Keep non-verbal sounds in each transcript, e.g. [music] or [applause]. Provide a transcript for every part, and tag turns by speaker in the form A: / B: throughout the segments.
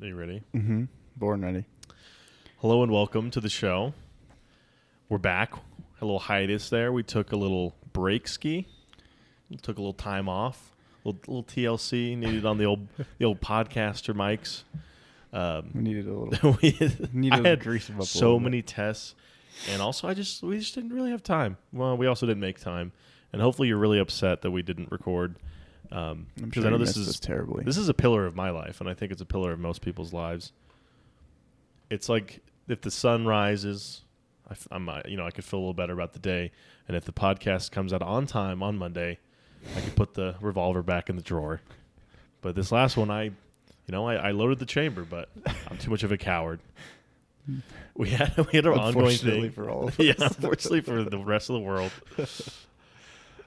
A: Are you ready?
B: Mm-hmm. Born ready.
A: Hello and welcome to the show. We're back. Had a little hiatus there. We took a little break ski. We took a little time off. A little, little TLC needed on the old the old podcaster mics. Um,
B: We needed a [laughs] little.
A: we
B: Needed
A: I
B: to
A: had
B: grease 'em up a
A: so
B: little bit.
A: many tests, and also I just we just didn't really have time. Well, we also didn't make time, and hopefully you're really upset that we didn't record. Because um,
B: I'm
A: 'cause
B: sure
A: I know
B: you
A: this
B: missed
A: is
B: this terribly.
A: this is a pillar of my life, and I think it's a pillar of most people's lives. It's like if the sun rises, I, f- I'm uh, you know I could feel a little better about the day, and if the podcast comes out on time on Monday, I could put the revolver back in the drawer. But this last one, I, you know, I, [laughs] I loaded the chamber, but I'm too much of a
B: [laughs]
A: coward. We had we had our ongoing
B: Unfortunately
A: thing.
B: for all of
A: [laughs] yeah,
B: us.
A: unfortunately for the rest of the
B: [laughs]
A: world.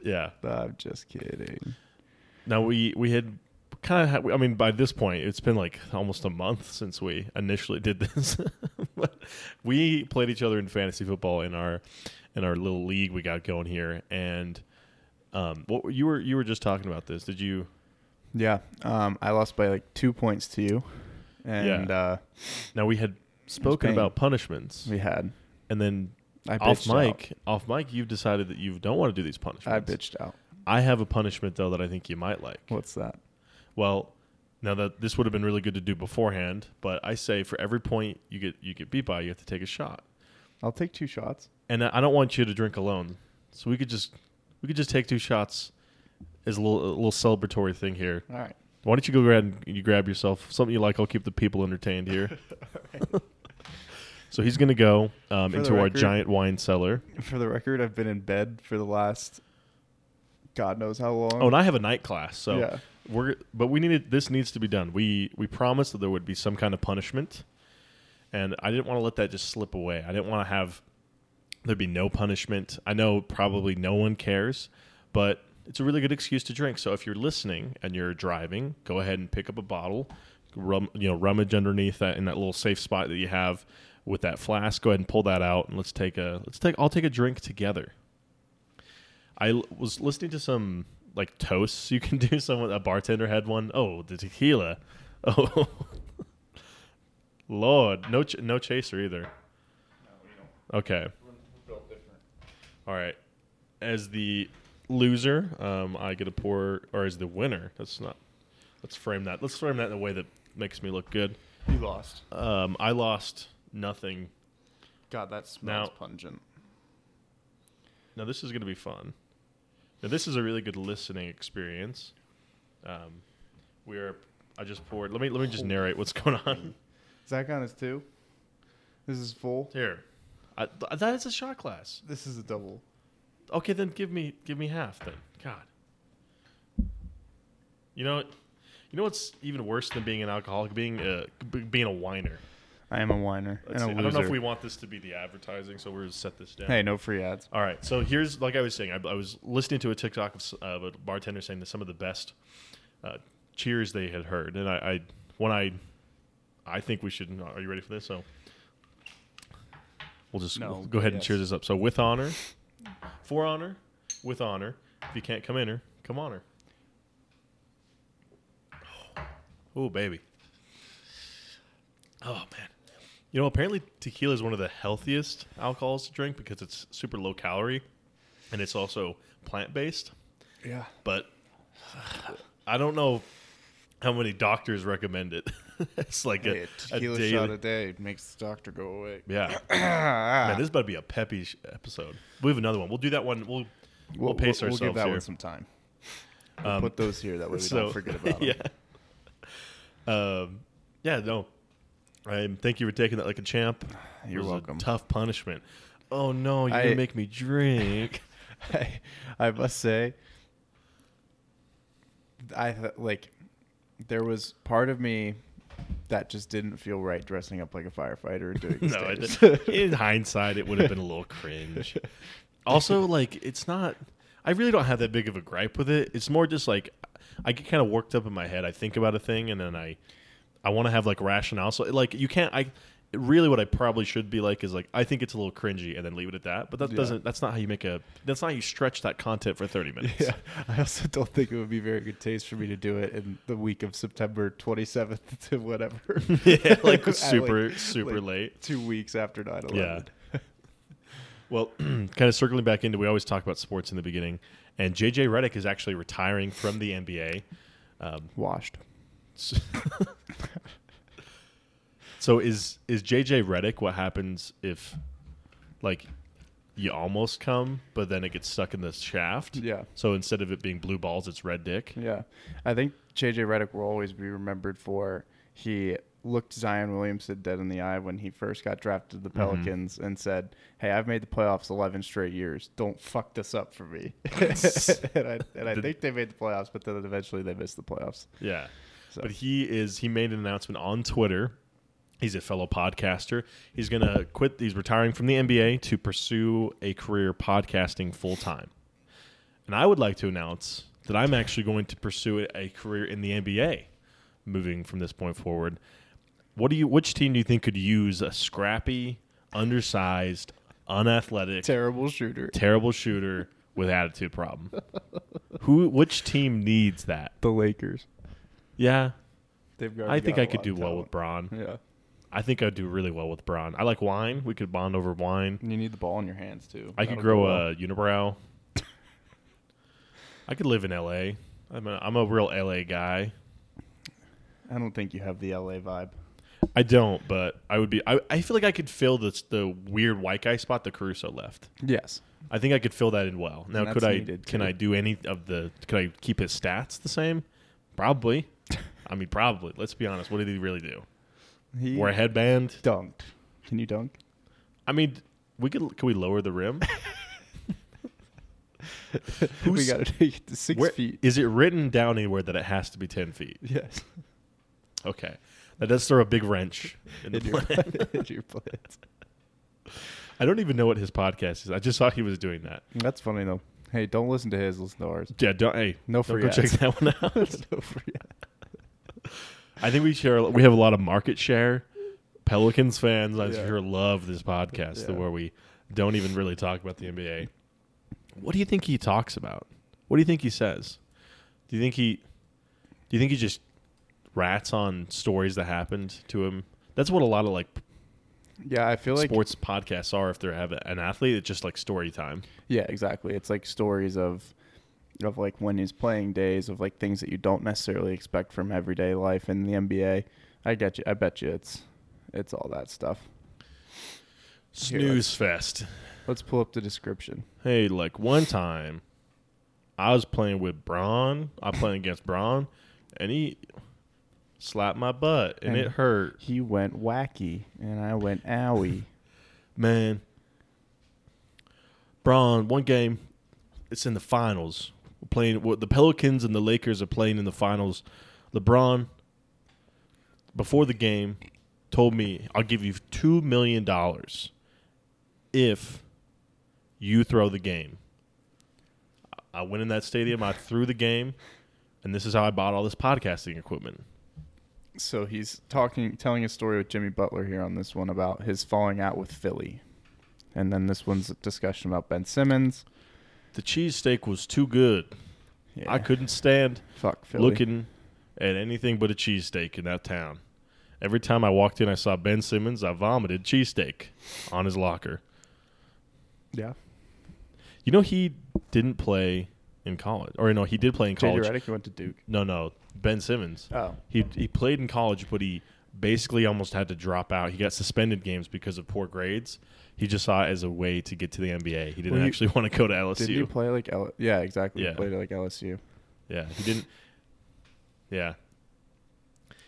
A: Yeah.
B: I'm just kidding.
A: Now we we had kind of had, I mean by this point it's been like almost a month since we initially did this. [laughs] but we played each other in fantasy football in our in our little league we got going here and um what were- you were you were just talking about this. Did you
B: Yeah, um, I lost by like two points to you, and uh,
A: Now we had spoken
B: pain.
A: about punishments
B: we had.
A: and then
B: I
A: off
B: bitched out.
A: mic, off mic you've decided that you don't want to do these
B: I
A: punishments.
B: bitched out.
A: I have a punishment though that I think you might like.
B: What's that?
A: Well, now that this would have been really good to do beforehand, but I say for every point you get you get beat by, you have to take a shot.
B: I'll take two shots.
A: And I I don't want you to drink alone, so we could just we could just take two shots as a little a little celebratory thing here.
B: All right.
A: Why don't you go grab and you grab yourself something you like? I'll keep the people entertained [laughs] here. so he's gonna go um,
B: For the
A: into our
B: record-
A: giant wine cellar.
B: [laughs] For the record, I've been in bed for the last, God knows how long.
A: Oh, and I have a night class, so
B: Yeah.
A: we're but we needed this needs to be done. We we promised that there would be some kind of punishment, and I didn't want to let that just slip away. I didn't want to have there be no punishment. I know probably no one cares, but it's a really good excuse to drink. So if you're listening and you're driving, go ahead and pick up a bottle, rum, you know, rummage underneath that in that little safe spot that you have with that flask. Go ahead and pull that out, and let's take a let's take I'll take a drink together. I l- was listening to some like toasts you can [laughs] do. Someone a bartender had one. Oh, the tequila. [laughs] Oh, Lord, no ch- no chaser either. Okay. All right. As the loser, um, I get a pour, or as the winner. That's not. Let's frame that. Let's frame that in a way that makes me look good.
B: you lost.
A: Um, I lost nothing.
B: God, that
A: smells Now-
B: pungent.
A: Now this is going to be fun. Now this is a really good listening experience. Um, we are. I just poured. Let me let me just narrate what's going on
B: Does that count as two? This is full.
A: [laughs] here. I, th- that is a shot glass.
B: This is a double.
A: Okay, then give me give me half then. God. You know, you know what's even worse than being an alcoholic? Being a b- being a whiner.
B: I am a whiner
A: Let's
B: and
A: see.
B: a
A: I don't know if
B: loser.
A: we want this to be the advertising, so we're gonna set this down.
B: Hey, no free ads.
A: All right. So here's like I was saying, I, I was listening to a TikTok of, s- of a bartender saying that some of the best uh, cheers they had heard, and I, I when I I think we should. Are you ready for this? So we'll just
B: No,
A: we'll go ahead and
B: yes.
A: cheers this up. So with honor, for honor, with honor. If you can't come in her, come on her. Oh baby. Oh man. You know, apparently tequila is one of the healthiest alcohols to drink because it's super low calorie and it's also plant based.
B: Yeah.
A: But I don't know how many doctors recommend it. [laughs] it's like a,
B: Hey, a
A: a
B: tequila
A: daily.
B: shot a day makes the doctor go away.
A: [clears throat]
B: [clears throat]
A: yeah, man, this is about to be a peppy sh- episode. We have another one. We'll do that one. We'll we'll, pace
B: we'll
A: ourselves
B: give that
A: here. Um,
B: one some time. We'll put those here. That way we
A: so [laughs]
B: don't forget about them. [laughs]
A: yeah. Um, yeah. No. I thank you for taking that like a champ. It
B: You're
A: was a
B: welcome.
A: tough punishment. Oh no, you're
B: I-
A: gonna make me drink.
B: [laughs] I, I must say, I th- like there was part of me that just didn't feel right dressing up like a firefighter and doing the
A: [laughs] no, it,
B: [laughs] stairs.
A: in hindsight, it would have been a little cringe. Also, like it's not. I really don't have that big of a gripe with it. It's more just like I get kind of worked up in my head. I think about a thing and then I, I want to have like rationale. So like you can't. I really what I probably should be like is like I think it's a little cringy and then leave it at that. But that
B: Yeah.
A: doesn't. That's not how you make a. That's not how you stretch that content for thirty minutes. [laughs]
B: Yeah, I also don't think it would be very good taste for me to do it in the week of September 27th [laughs] to whatever.
A: [laughs] Yeah, like
B: [laughs] At,
A: super, super late.
B: Two weeks after 9 11. [laughs]
A: Yeah. Well, [clears throat] kind of circling back into, we always talk about sports in the beginning, and JJ Redick is actually retiring from the NBA. Um,
B: Washed.
A: s- [laughs] so is is JJ Redick what happens if, like, you almost come, but then it gets stuck in the shaft?
B: Yeah.
A: So instead of it being blue balls, it's red dick.
B: Yeah. I think JJ Redick will always be remembered for he looked Zion Williamson dead in the eye when he first got drafted to
A: Mm-hmm.
B: the Pelicans and said, Hey, I've made the playoffs 11 straight years. Don't fuck this up for
A: [laughs]
B: me. [laughs] and I, and I
A: Did-
B: think they made the playoffs, but then eventually they missed the playoffs.
A: Yeah.
B: So-
A: But he is he made an announcement on Twitter. He's a fellow podcaster. He's going to quit he's retiring from the NBA to pursue a career podcasting full time. And I would like to announce that I'm actually going to pursue a career in the NBA moving from this point forward. What do you which team do you think could use a scrappy, undersized, unathletic,
B: Terrible shooter.
A: terrible shooter with attitude problem? Who which team needs that?
B: The Lakers.
A: Yeah,
B: They've
A: I think I could do well with Braun.
B: Yeah.
A: I think I'd do really well with Braun. I like wine. We could bond over wine.
B: And you need the ball in your hands too.
A: I could grow a unibrow. I could live in L.A. I'm a, I'm a real L.A. guy.
B: I don't think you have the LA vibe.
A: I don't, but I would be. I, I feel like I could fill this the weird white guy spot that Caruso left.
B: Yes.
A: I think I could fill that in well. Now,
B: that's
A: could I?
B: needed,
A: Can
B: too.
A: I do any of the? Could I keep his stats the same? Probably.
B: [laughs]
A: I mean, probably. Let's be honest. What did he really do?
B: He
A: Wear a headband.
B: dunked. Can you dunk?
A: I mean, we could. Can we lower the rim? [laughs] Who's-
B: [laughs] we got to take it to six
A: Where-
B: feet.
A: Is it written down anywhere that it has to be ten feet?
B: [laughs] Yes.
A: Okay, that does throw a big wrench [laughs] in the
B: [laughs] In your,
A: plan.
B: in your plans.
A: I don't even know what his podcast is. I just saw he was doing that.
B: That's funny though. Hey, don't listen to his. Listen
A: [laughs]
B: to [laughs] ours.
A: Yeah, don't. Hey,
B: No
A: don't
B: free
A: go
B: ads.
A: check that one
B: [laughs]
A: out.
B: No free ads.
A: I think we share. We have a lot of market share. Pelicans fans, I
B: Yeah.
A: sure love this podcast
B: Yeah.
A: where we don't even really talk about the NBA. What do you think he talks about? What do you think he says? Do you think he? Do you think he just rats on stories that happened to him? That's what a lot of like
B: Yeah, I feel like.
A: sports podcasts are if they have an athlete. It's just like story time.
B: Yeah, exactly. It's like stories of, of like when he's playing days of like things that you don't necessarily expect from everyday life in the NBA. I get you. I bet you it's, it's all that stuff.
A: Snooze fest.
B: Let's pull up the description.
A: Hey, like one time, I was playing with Braun. I playing against Braun, and he slapped my butt, and
B: And-
A: it hurt.
B: He went wacky, and I
A: [laughs]
B: went owie.
A: Man, Braun, one game, it's in the finals. We're playing well, the Pelicans and the Lakers are playing in the finals. LeBron, before the game, told me, "I'll give you two million dollars if you throw the game." I- I went in that stadium. I threw the game, and this is how I bought all this podcasting equipment.
B: So he's talking, telling a story with Jimmy Butler here on this one about his falling out with Philly, and then this one's a discussion about Ben Simmons.
A: The cheesesteak was too good.
B: Yeah,
A: I couldn't stand
B: fuck Philly.
A: looking at anything but a cheesesteak in that town. Every time I walked in, I saw Ben Simmons. I vomited cheesesteak on his locker.
B: yeah,
A: You know, he didn't play in college. Or, no, he did play in
B: JJ
A: college.
B: Redick he went to Duke.
A: No, no, Ben Simmons.
B: Oh,
A: He, he played in college, but he basically almost had to drop out. He got suspended games because of poor grades. He just saw it as a way to get to the NBA. He didn't
B: Well, he-
A: actually [laughs] want to go to LSU.
B: did he play like L? Yeah, exactly.
A: Yeah.
B: He played like LSU.
A: yeah, he didn't. Yeah,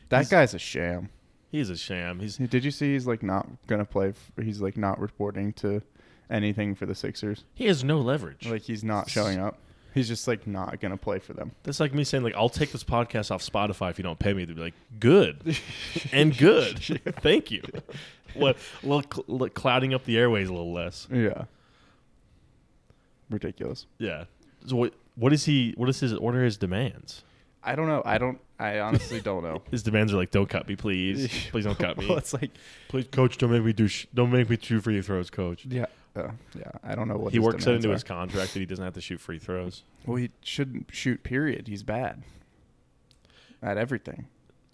B: That
A: He's-
B: guy's a sham.
A: he's a sham. He's
B: Did you see? He's like not gonna play. f- He's like not reporting to anything for the Sixers.
A: he has no leverage.
B: Like he's not showing up. He's just like not gonna play for them.
A: That's like me saying, like, I'll take this podcast off Spotify if you don't pay me. They'd be like, good and good.
B: [laughs]
A: Thank you. What, a little cl- li- clouding up the airways a little less.
B: Yeah. Ridiculous.
A: Yeah. So what, what is he? What is his? What are his demands?
B: I don't know. I don't. I honestly don't [laughs] know.
A: His demands are like, "Don't cut me, please.
B: [laughs]
A: Please don't cut me.
B: well, it's like
A: Please, coach, don't make me do. Sh- don't make me shoot free throws, coach."
B: yeah, uh, yeah. I don't know what
A: he
B: his
A: works that
B: demands
A: into
B: are.
A: his contract that he doesn't have to shoot free
B: [laughs]
A: throws.
B: Well, he shouldn't shoot. Period. He's bad at everything.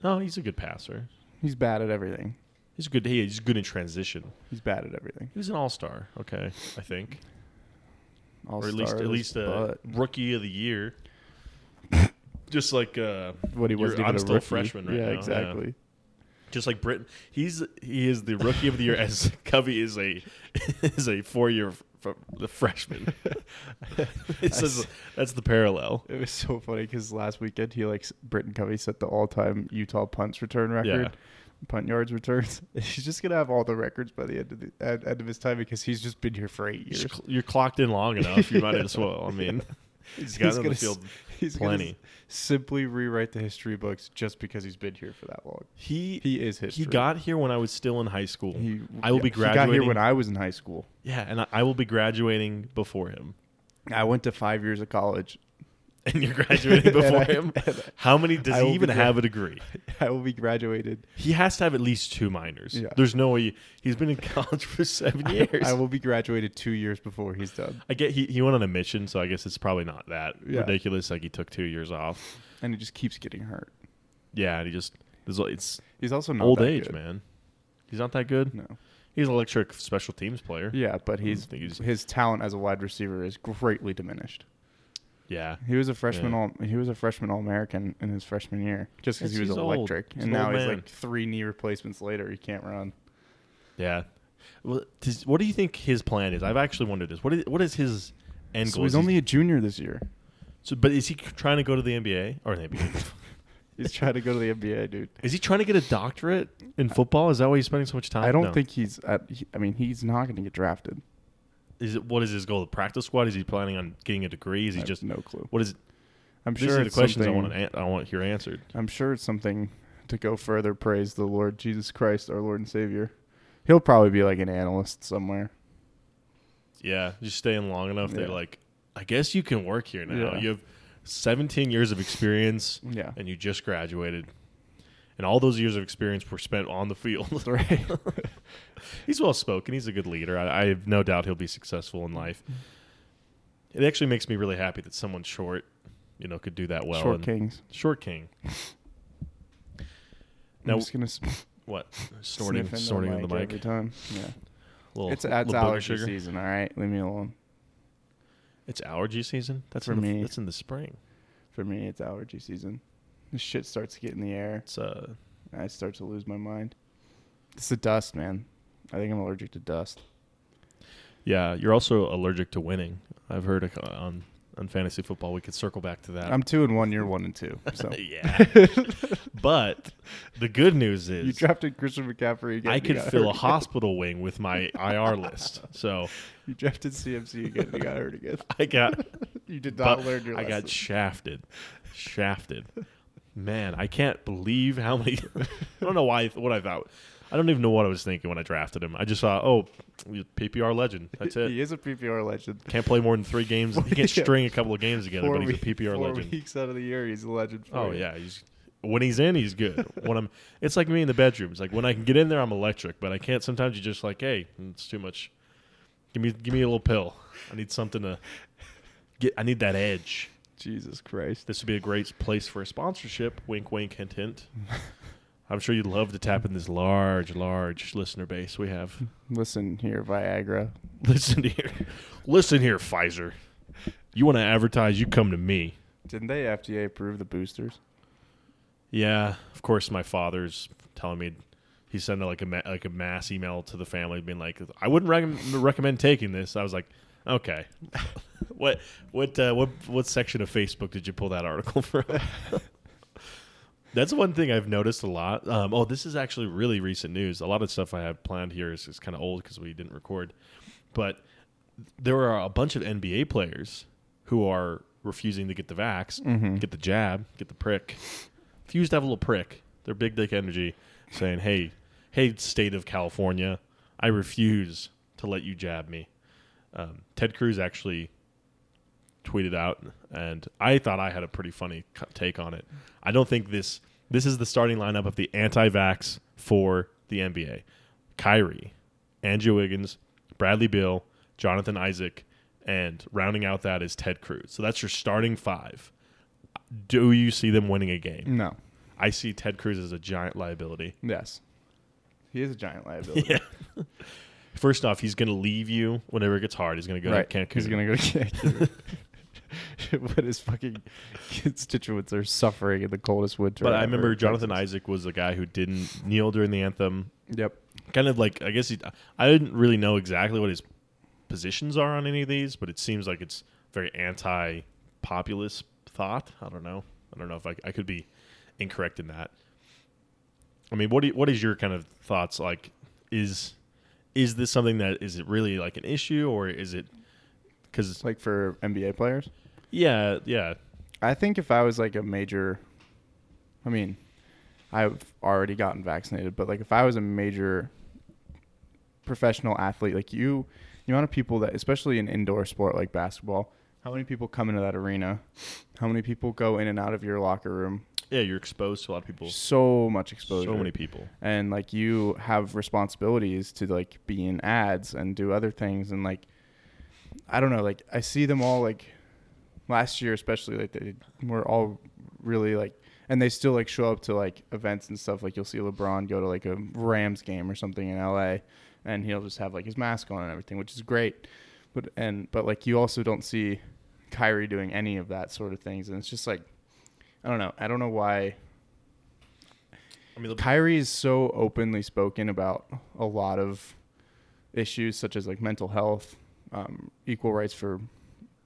A: No, he's a good passer.
B: He's bad at everything.
A: He's good. He, he's good in transition.
B: He's bad at everything.
A: He was an all star. Okay, I think,
B: All
A: or at least at least uh, a rookie of the
B: [laughs]
A: year. Just like uh,
B: what he
A: you're-
B: was.
A: I'm still a freshman right
B: yeah,
A: now, yeah.
B: exactly.
A: just like Britain, he's he is the rookie of the year
B: [laughs]
A: as Covey is a [laughs] is a four year the
B: [laughs]
A: freshman. This is- that's the parallel.
B: It was so funny because last weekend he like s- Britton Covey set the all-time Utah punts return record, punt yards returns. [laughs] He's just gonna have all the records by the end of the at, end of his time because he's just been here for eight
A: You're,
B: years. [laughs]
A: just cl- you're clocked in long enough. You might as well. I mean, he's got on the
B: gonna
A: field.
B: s- he's Gonna
A: plenty.
B: s- simply rewrite the history books just because he's been here for that long.
A: He
B: He is history.
A: he got here when I was still in high school.
B: He,
A: I will be
B: He got
A: graduating.
B: here when I was in high school.
A: yeah, and I, I will be graduating before him. [laughs]
B: I went to five years of college.
A: And you're graduating
B: [laughs] And
A: before
B: I-
A: him.
B: and I-
A: How many does
B: I will
A: he
B: be
A: even
B: gra-
A: have a degree?
B: I will be graduated.
A: He has to have at least two minors.
B: Yeah.
A: There's no way he's been in college for [laughs] seven years.
B: [laughs] I will be graduated two years before he's done,
A: I get he, he went on a mission, so I guess it's probably not that
B: Yeah.
A: ridiculous. Like he took two years off.
B: and he just keeps getting hurt.
A: Yeah, and he just it's, it's
B: He's also not
A: old
B: that
A: age,
B: good.
A: man. He's not that good.
B: No.
A: He's an electric special teams player.
B: Yeah, but he's,
A: think he's-
B: his talent as a wide receiver is greatly diminished.
A: Yeah,
B: He was a freshman
A: Yeah.
B: all he was a freshman all American in his freshman year just because
A: Yes,
B: he was
A: he's old.
B: electric,
A: He's
B: and
A: an
B: now
A: old
B: he's
A: man.
B: like three knee replacements later. He can't run.
A: yeah. Well, does, what do you think his plan is? I've actually wondered this. What is what is his end
B: so
A: goal?
B: he's
A: Is he-
B: only a junior this year.
A: so, but is he trying to go to the NBA or the NBA?
B: [laughs]
A: [laughs]
B: He's trying to go to the NBA, dude.
A: is he trying to get a doctorate in football? Is that why he's spending so much time?
B: I don't
A: No.
B: think he's. At, he, I mean, he's not going to get drafted.
A: Is it what is his goal? The practice squad? Is he planning on getting a degree? Is
B: I
A: he
B: have
A: just
B: no clue.
A: what is?
B: I'm
A: These
B: sure
A: are the
B: it's
A: questions I
B: something-
A: want. An, an- I want here answered.
B: I'm sure it's something to go further. Praise the Lord Jesus Christ, our Lord and Savior. He'll probably be like an analyst somewhere.
A: Yeah, just staying long enough. They're
B: Yeah.
A: like, I guess you can work here now.
B: Yeah.
A: You have 17 years of experience,
B: Yeah.
A: and you just graduated, and all those years of experience were spent on the field.
B: Right.
A: [laughs] he's well spoken. He's a good leader. I, I have no doubt he'll be successful in life. It actually makes me really happy that someone short, you know, could do that well.
B: Short
A: and-
B: Kings.
A: Short king.
B: I'm
A: Now,
B: just
A: [laughs]
B: gonna s- [laughs]
A: what? Snorting,
B: sniff into
A: snorting in the mic.
B: every time. Yeah,
A: Little-
B: it's that's
A: little booger
B: allergy season. All right, leave me alone.
A: It's allergy season. That's
B: For
A: in the,
B: me.
A: That's in the spring.
B: For me, it's allergy season. This shit starts to get in the air.
A: It's uh,
B: and I start to lose my mind. It's the dust, man. I think I'm allergic to dust.
A: yeah. You're also allergic to winning. I've heard a, on on fantasy football. We could circle back to that.
B: I'm two and one. You're one and two. So
A: yeah. [laughs]
B: [laughs]
A: but the good news is
B: you drafted Christian McCaffrey again.
A: I
B: and he
A: could
B: got
A: fill a
B: hurt.
A: hospital wing with my IR list. So
B: You drafted CMC again. and he got hurt again.
A: I got
B: [laughs] You did not
A: but
B: learn your
A: I
B: lesson.
A: got shafted. Shafted. Man, I can't believe how many. [laughs] I don't know why what I thought. I don't even know what I was thinking when I drafted him. I just saw, oh, PPR legend. That's it.
B: [laughs] He is a PPR legend. [laughs]
A: Can't play more than three games. He can't
B: Yeah.
A: string a couple of games together, but he's
B: week-
A: a PPR
B: four
A: legend.
B: weeks out of the year, he's a legend. For
A: Oh
B: you.
A: yeah, he's when he's in, he's good. when I'm, it's like me in the bedroom. It's like when I can get in there, I'm electric. But I can't. Sometimes you're just like, hey, it's too much. Give me, give me a little pill. I need something to get. I need that edge.
B: Jesus Christ.
A: This would be a great place for a sponsorship. Wink, wink, hint, hint. I'm sure you'd love to tap in this large, large listener base we have. [laughs]
B: Listen here, Viagra.
A: Listen here, listen here, Pfizer. You want to advertise? You come to me.
B: Didn't they FDA approve the boosters?
A: Yeah, of course. My father's telling me he sent like a ma- like a mass email to the family, being like, "I wouldn't recommend recommend taking this." I was like, "Okay, [laughs] what what uh, what what section of Facebook did you pull that article [laughs] from?" That's one thing I've noticed a lot. Um, oh, this is actually really recent news. A lot of stuff I have planned here is, is kind of old because we didn't record, but there are a bunch of NBA players who are refusing to get the vax, get the jab, get the prick. If you used to have a little prick, their big dick energy, saying, "Hey, hey, state of California, I refuse to let you jab me." Um, Ted Cruz actually tweeted out, and I thought I had a pretty funny co- take on it. I don't think this this is the starting lineup of the anti-vax for the NBA: Kyrie, Andrew Wiggins, Bradley Bill, Jonathan Isaac, and rounding out that is Ted Cruz. So that's your starting five. Do you see them winning a game?
B: No.
A: I see Ted Cruz as a giant liability.
B: [laughs] Yes. He is a giant liability.
A: [laughs] First off, he's going to leave you whenever it gets hard. He's going to go
B: right.
A: to Cancun.
B: He's gonna go to Cancun. [laughs] but his fucking constituents are suffering in the coldest winter.
A: but I
B: ever.
A: remember Jonathan Isaac was the guy who didn't kneel during the anthem.
B: Yep.
A: Kind of like I guess he, I didn't really know exactly what his positions are on any of these, but it seems like it's very anti-populist thought. I don't know. I don't know if I, I could be incorrect in that. I mean, what do you, what is your kind of thoughts like? Is is this something that is it really like an issue or is it because
B: Like for NBA players.
A: yeah yeah
B: I think if I was like a major, I mean, I've already gotten vaccinated, but like if I was a major professional athlete, like you, the amount of people that, especially in indoor sport like basketball, how many people come into that arena? How many people go in and out of your locker room?
A: yeah you're exposed to a lot of people
B: So much exposure.
A: so many people
B: and like you have responsibilities to like be in ads and do other things and like i don't know like i see them all like last year especially like they were all really like and they still like show up to like events and stuff like you'll see lebron go to like a rams game or something in la and he'll just have like his mask on and everything which is great but and but like you also don't see kyrie doing any of that sort of things and it's just like i don't know i don't know why
A: I mean,
B: Kyrie is so openly spoken about a lot of issues such as like mental health, um, equal rights for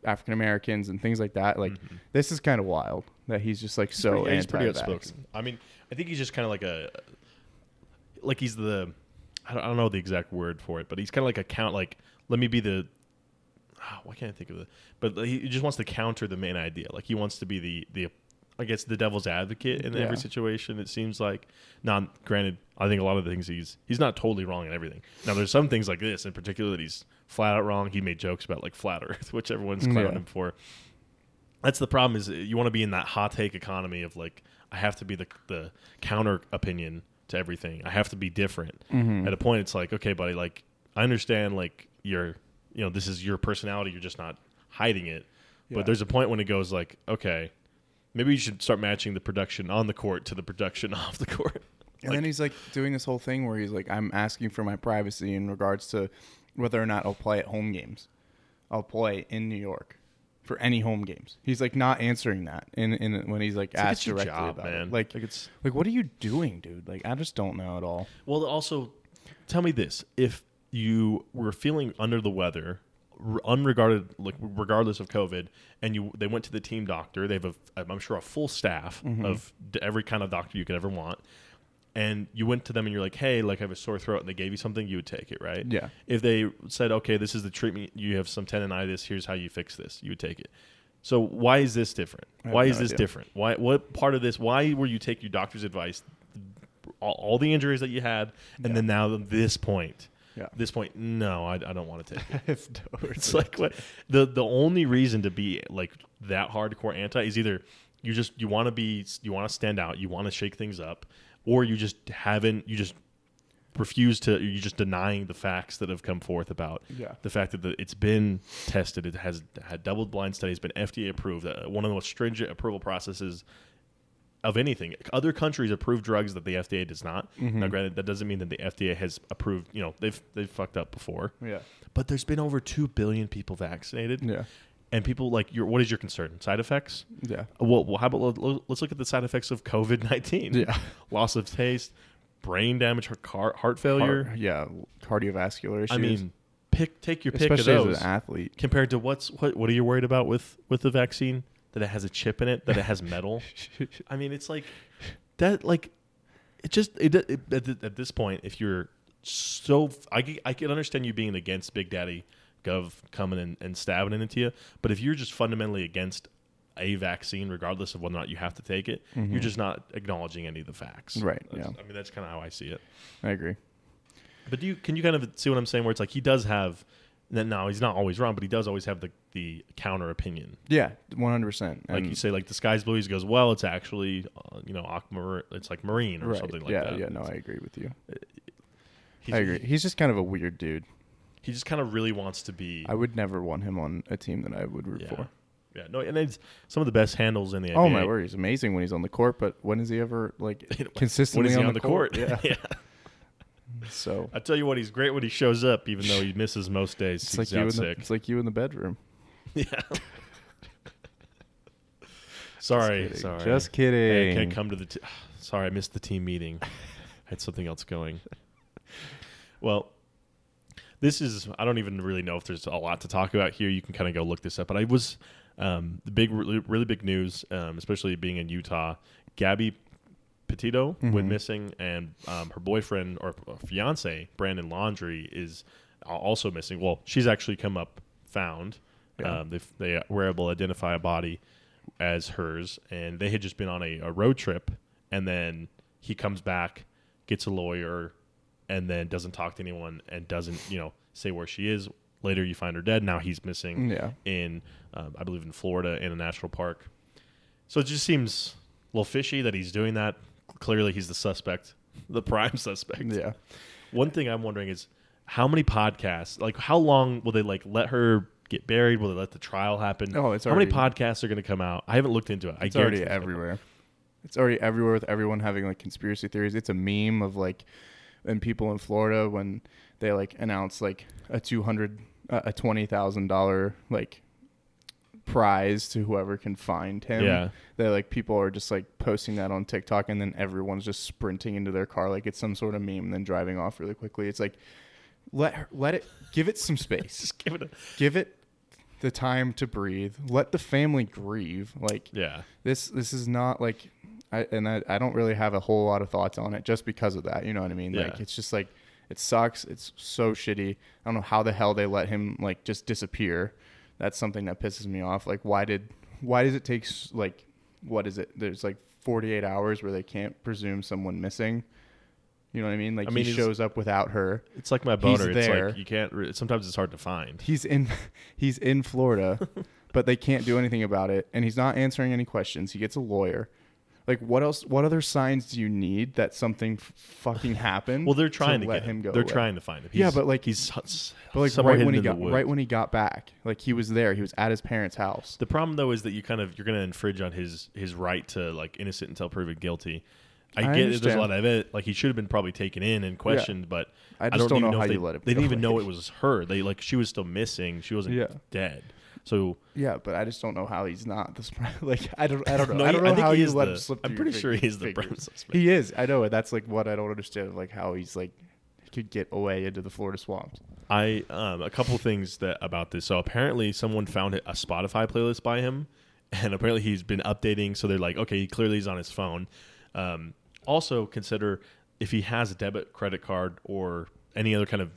B: African Americans, and things like that. Like this is kind of wild that he's just like so
A: yeah, Mm-hmm. he's pretty
B: anti-vax.
A: outspoken. I mean, I think he's just kind of like a, like he's the, I don't, I don't know the exact word for it, but he's kind of like a count. Like, let me be the, ah, why can't I think of it? But he he just wants to counter the main idea. Like he wants to be the the, I guess the devil's advocate in
B: Yeah.
A: every situation. It seems like. Now, granted, I think a lot of the things he's he's not totally wrong in everything. Now, there's some things like this in particular that he's flat out wrong. He made jokes about like flat Earth, [laughs] which everyone's clowning
B: Yeah.
A: him for that's the problem is you want to be in that hot take economy of like I have to be the the counter opinion to everything. I have to be different.
B: Mm-hmm.
A: At a point, it's like okay, buddy, like I understand like you're you know this is your personality. You're just not hiding it.
B: Yeah.
A: But there's a point when it goes like okay, maybe you should start matching the production on the court to the production [laughs] off the court.
B: And then he's like doing this whole thing where he's like, I'm asking for my privacy in regards to whether or not I'll play at home games. I'll play in New York for any home games. He's like not answering that in, in when he's like
A: It's like,
B: asked
A: it's your
B: directly
A: job,
B: about
A: man.
B: it. Like,
A: Like, it's-
B: like what are you doing, dude? Like I just don't know at all.
A: Well, also, tell me this: if you were feeling under the weather, r- unregarded, like regardless of COVID, and you they went to the team doctor, they have a, I'm sure a full staff
B: Mm-hmm.
A: of d- every kind of doctor you could ever want, and you went to them and you're like, hey, like I have a sore throat, and they gave you something, you would take it, right?
B: Yeah.
A: If they said, okay, this is the treatment, you have some tendonitis, here's how you fix this, you would take it. So why is this different?
B: have
A: Why
B: no
A: is this
B: idea.
A: different? Why what part of this? Why were you take your doctor's advice all, all the injuries that you had, and then now this point.
B: Yeah.
A: This point, no, I, I don't want to take it.
B: If
A: [laughs] It's like what the the only reason to be like that hardcore anti is either you just you want to be you want to stand out, you want to shake things up, or you just haven't you just refuse to you're just denying the facts that have come forth about
B: Yeah.
A: the fact that the, it's been tested it has had double blind studies been fda approved uh, one of the most stringent approval processes of anything. Other countries approve drugs that the FDA does not. Now, granted, that doesn't mean that the FDA has approved. You know, they've they've fucked up before.
B: Yeah.
A: But there's been over two billion people vaccinated.
B: Yeah.
A: And people like your. What is your concern? Side effects.
B: Yeah.
A: Well, well how about let- let's look at the side effects of COVID nineteen.
B: Yeah.
A: [laughs] Loss of taste, brain damage, heart heart failure.
B: Heart- yeah, cardiovascular issues.
A: I mean, pick take your pick of
B: especially
A: those.
B: as an athlete.
A: [laughs] Compared to what's what? What are you worried about with with the vaccine? That it has a chip in it. That it has metal. I mean, it's like that. Like it just it, it, at, th- at this point, if you're so, I c- I can understand you being against Big Daddy Gov coming in and stabbing it into you, but if you're just fundamentally against a vaccine, regardless of whether or not you have to take it, you're just not acknowledging any of the facts.
B: Mm-hmm. Right,
A: That's-
B: yeah.
A: I mean, that's kind of how I see it.
B: I agree.
A: But do you can you kind of see what I'm saying? Where it's like he does have then no, he's not always wrong, but he does always have the the counter opinion.
B: Yeah, one hundred percent.
A: Like you say, like the sky's blue. He goes, well, it's actually uh, you know aquamar- It's like marine or
B: right.
A: something like
B: yeah,
A: that.
B: yeah. No, I agree with you.
A: He's-
B: I agree. He's just kind of a weird dude.
A: He just kind of really wants to be.
B: I would never want him on a team that I would root
A: yeah.
B: for.
A: Yeah, no, and it's some of the best handles in the NBA.
B: Oh my
A: [laughs]
B: word, he's amazing when he's on the court, but when is he ever like
A: When
B: consistently
A: is he
B: on,
A: on, the court?
B: Yeah.
A: [laughs] yeah. [laughs]
B: So
A: I tell you what, he's great when he shows up, even though he misses most days.
B: it's
A: he's
B: like you in
A: out
B: the,
A: sick.
B: it's like you in the bedroom.
A: [laughs]
B: [laughs]
A: yeah. sorry,
B: kidding.
A: sorry.
B: Just
A: Hey, I can't
B: kidding.
A: come to the. T- [sighs] sorry, I missed the team meeting. I had something else going. Well, this is. I don't even really know if there's a lot to talk about here. You can kind of go look this up. But I was um, the big, really, really big news, um, especially being in Utah. Gabby Petito
B: Mm-hmm.
A: went missing, and um, her boyfriend or uh, fiance Brandon Laundry is al- also missing. Well, she's actually come up found.
B: Yeah.
A: Um, they, f- they were able to identify a body as hers, and they had just been on a, a road trip, and then he comes back, gets a lawyer, and then doesn't talk to anyone and doesn't you know say where she is. Later, you find her dead. Now he's missing
B: Yeah.
A: in um, I believe in Florida in a national park. So it just seems a little fishy that he's doing that. Clearly, he's the suspect, [laughs] the prime suspect.
B: Yeah.
A: One thing I'm wondering is how many podcasts, like how long will they like let her get buried? Will they let the trial happen?
B: Oh, it's
A: how many
B: already-
A: podcasts are going to come out? I haven't looked into it. I
B: It's already
A: guarantee
B: everywhere. It's already everywhere with everyone having like conspiracy theories. It's a meme of like, and people in Florida when they like announce like a two hundred, uh, a twenty thousand dollar like prize to whoever can find him.
A: Yeah. [laughs]
B: They like people are just like posting that on TikTok, and then everyone's just sprinting into their car like it's some sort of meme, and then driving off really quickly. It's like let her, let it give it some space,
A: Just give it a,
B: give it the time to breathe, let the family grieve, like
A: yeah.
B: this this is not like I and I, I don't really have a whole lot of thoughts on it just because of that. You know what I mean?
A: Yeah.
B: Like it's just like it sucks. It's so shitty. I don't know how the hell they let him like just disappear. That's something that pisses me off. Like why did why does it take s- like what is it? There's like 48 hours where they can't presume someone missing. You know what I mean? Like
A: I mean,
B: he
A: he's-
B: shows up without her.
A: It's like my
B: He's
A: boner. It's
B: there.
A: like you can't. Re- sometimes it's hard to find.
B: He's in [laughs] he's
A: [laughs]
B: in Florida, but they can't do anything about it and he's not answering any questions. He gets a lawyer. Like what else what other signs do you need that something f-
A: [sighs]
B: fucking happened?
A: Well, they're trying to,
B: let
A: get
B: him go.
A: They're
B: away?
A: trying to find him.
B: Yeah,
A: He's-
B: but, like-
A: he's s-
B: But like
A: somewhere
B: right
A: hidden
B: when he
A: in the
B: got
A: woods.
B: right when he got back, like he was there. He was at his parents' house.
A: The problem though is that you kind of you're going to infringe on his his right to like innocent until proven guilty. I,
B: I
A: get it, there's a
B: understand.
A: lot of it. Like he should have been probably taken in and questioned, but
B: I just don't
A: even
B: know
A: if
B: how
A: they,
B: you let him
A: They didn't
B: go.
A: even know it was her. They like she was still missing. She wasn't
B: Yeah.
A: dead. So
B: Yeah, but I just don't know how he's not this [laughs] like I don't I don't know.
A: No,
B: I don't
A: he- I
B: know
A: think
B: how
A: he
B: you
A: is
B: let
A: the-
B: him slip.
A: I'm
B: through your
A: pretty sure
B: fing-
A: he's the prime
B: fingers.
A: suspect.
B: He is. I know, and that's like what I don't understand. Like how he's like he could get away into the Florida swamps.
A: I um a couple things that about this. So apparently someone found a Spotify playlist by him, [laughs] and apparently he's been updating. So they're like, okay, he clearly is on his phone. Um, also consider if he has a debit, credit card, or any other kind of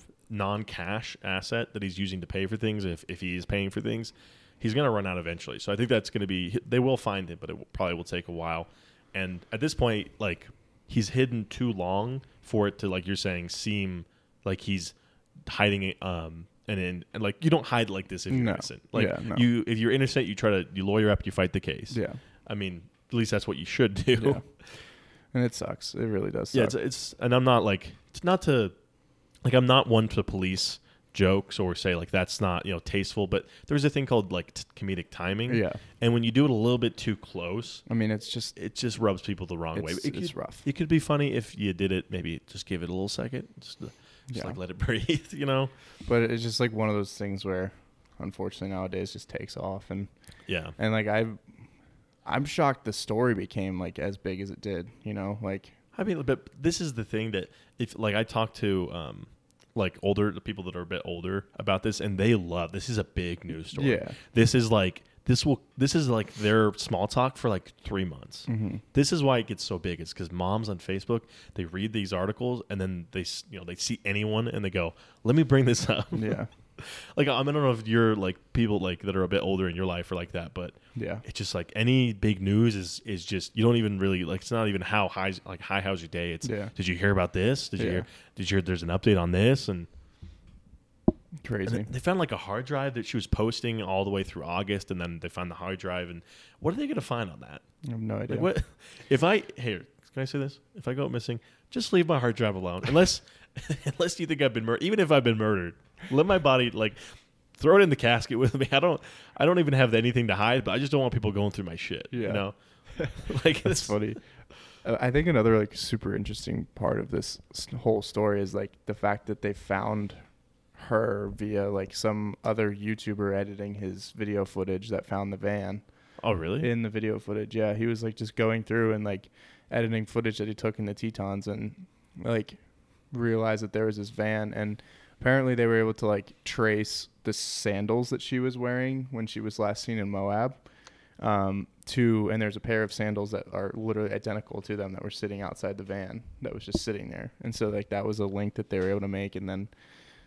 A: non-cash asset that he's using to pay for things. If if he is paying for things, he's gonna run out eventually. So I think that's gonna be they will find him, but it will, probably will take a while. And at this point, like he's hidden too long for it to like you're saying seem like he's hiding it um and in and like you don't hide like this if you're
B: No.
A: innocent like
B: Yeah, no.
A: you if you're innocent you try to you lawyer up you fight the case
B: Yeah.
A: i mean at least that's what you should do yeah, [laughs]
B: Yeah. And it sucks. It really does. Suck.
A: it's, it's and i'm not like it's not to like i'm not one to police jokes or say like that's not you know tasteful but there's a thing called like t- comedic timing
B: Yeah.
A: and when you do it a little bit too close
B: I mean, it's just
A: it just rubs people the wrong way.
B: It's-
A: It
B: it's
A: could,
B: rough.
A: It could be funny if you did it. Maybe just give it a little second. Just, just
B: Yeah.
A: like let it [laughs] breathe. You know.
B: but it's just like one of those things where unfortunately nowadays just takes off and
A: Yeah.
B: and like I I'm shocked the story became like as big as it did, you know?
A: [laughs]
B: Like
A: I mean, but this is the thing that if like I talk to um like older the people that are a bit older about this, and they love this is a big news story.
B: Yeah.
A: This is like this will this is like their small talk for like three months.
B: Mm-hmm.
A: This is why it gets so big. It's because moms on Facebook they read these articles and then they s- you know they see anyone and they go, let me bring this up.
B: yeah.
A: [laughs] like I, mean, I don't know if you're like people like that are a bit older in your life are like that, but
B: Yeah.
A: it's just like any big news is is just you don't even really like it's not even how high like high how's your day? It's
B: Yeah.
A: did you hear about this? Did you
B: Yeah.
A: hear did you hear there's an update on this and And
B: Crazy.
A: they- they found like a hard drive that she was posting all the way through August, and then they found the hard drive. And what are they going to find on that?
B: I have no idea.
A: Like what? [laughs] If I here, can I say this? If I go missing, just leave my hard drive alone. Unless, [laughs] unless you think I've been murdered. Even if I've been murdered, let my body like throw it in the casket [laughs] with me. I don't. I don't even have anything to hide, but I just don't want people going through my shit. You
B: Yeah.
A: know, [laughs] like
B: [laughs] That's
A: this.
B: funny. Uh, I think another like super interesting part of this s- whole story is like the fact that they found her via like some other YouTuber editing his video footage that found the van
A: Oh really?
B: in the video footage. Yeah, he was like just going through and like editing footage that he took in the Tetons and like realized that there was this van and apparently they were able to like trace the sandals that she was wearing when she was last seen in Moab. Um, to and there's a pair of sandals that are literally identical to them that were sitting outside the van that was just sitting there. And so like that was a link that they were able to make and then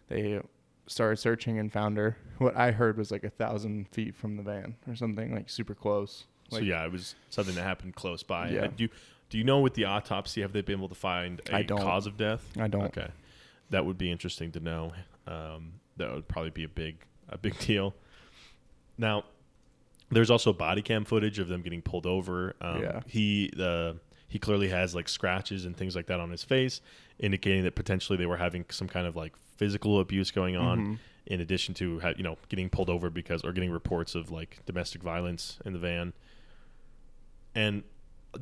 B: they started searching and found her. What I heard was like a thousand feet from the van or something like super close.
A: so
B: Like,
A: yeah, it was something that happened close by.
B: Yeah.
A: Uh, Do you, do you know with the autopsy have they been able to find a
B: I don't.
A: cause of death?
B: I don't.
A: Okay, that would be interesting to know. Um, that would probably be a big a big [laughs] deal. Now, there's also body cam footage of them getting pulled over. Um,
B: Yeah.
A: He the he clearly has like scratches and things like that on his face, indicating that potentially they were having some kind of like physical abuse going on.
B: Mm-hmm.
A: In addition to ha- you know getting pulled over because or getting reports of like domestic violence in the van, and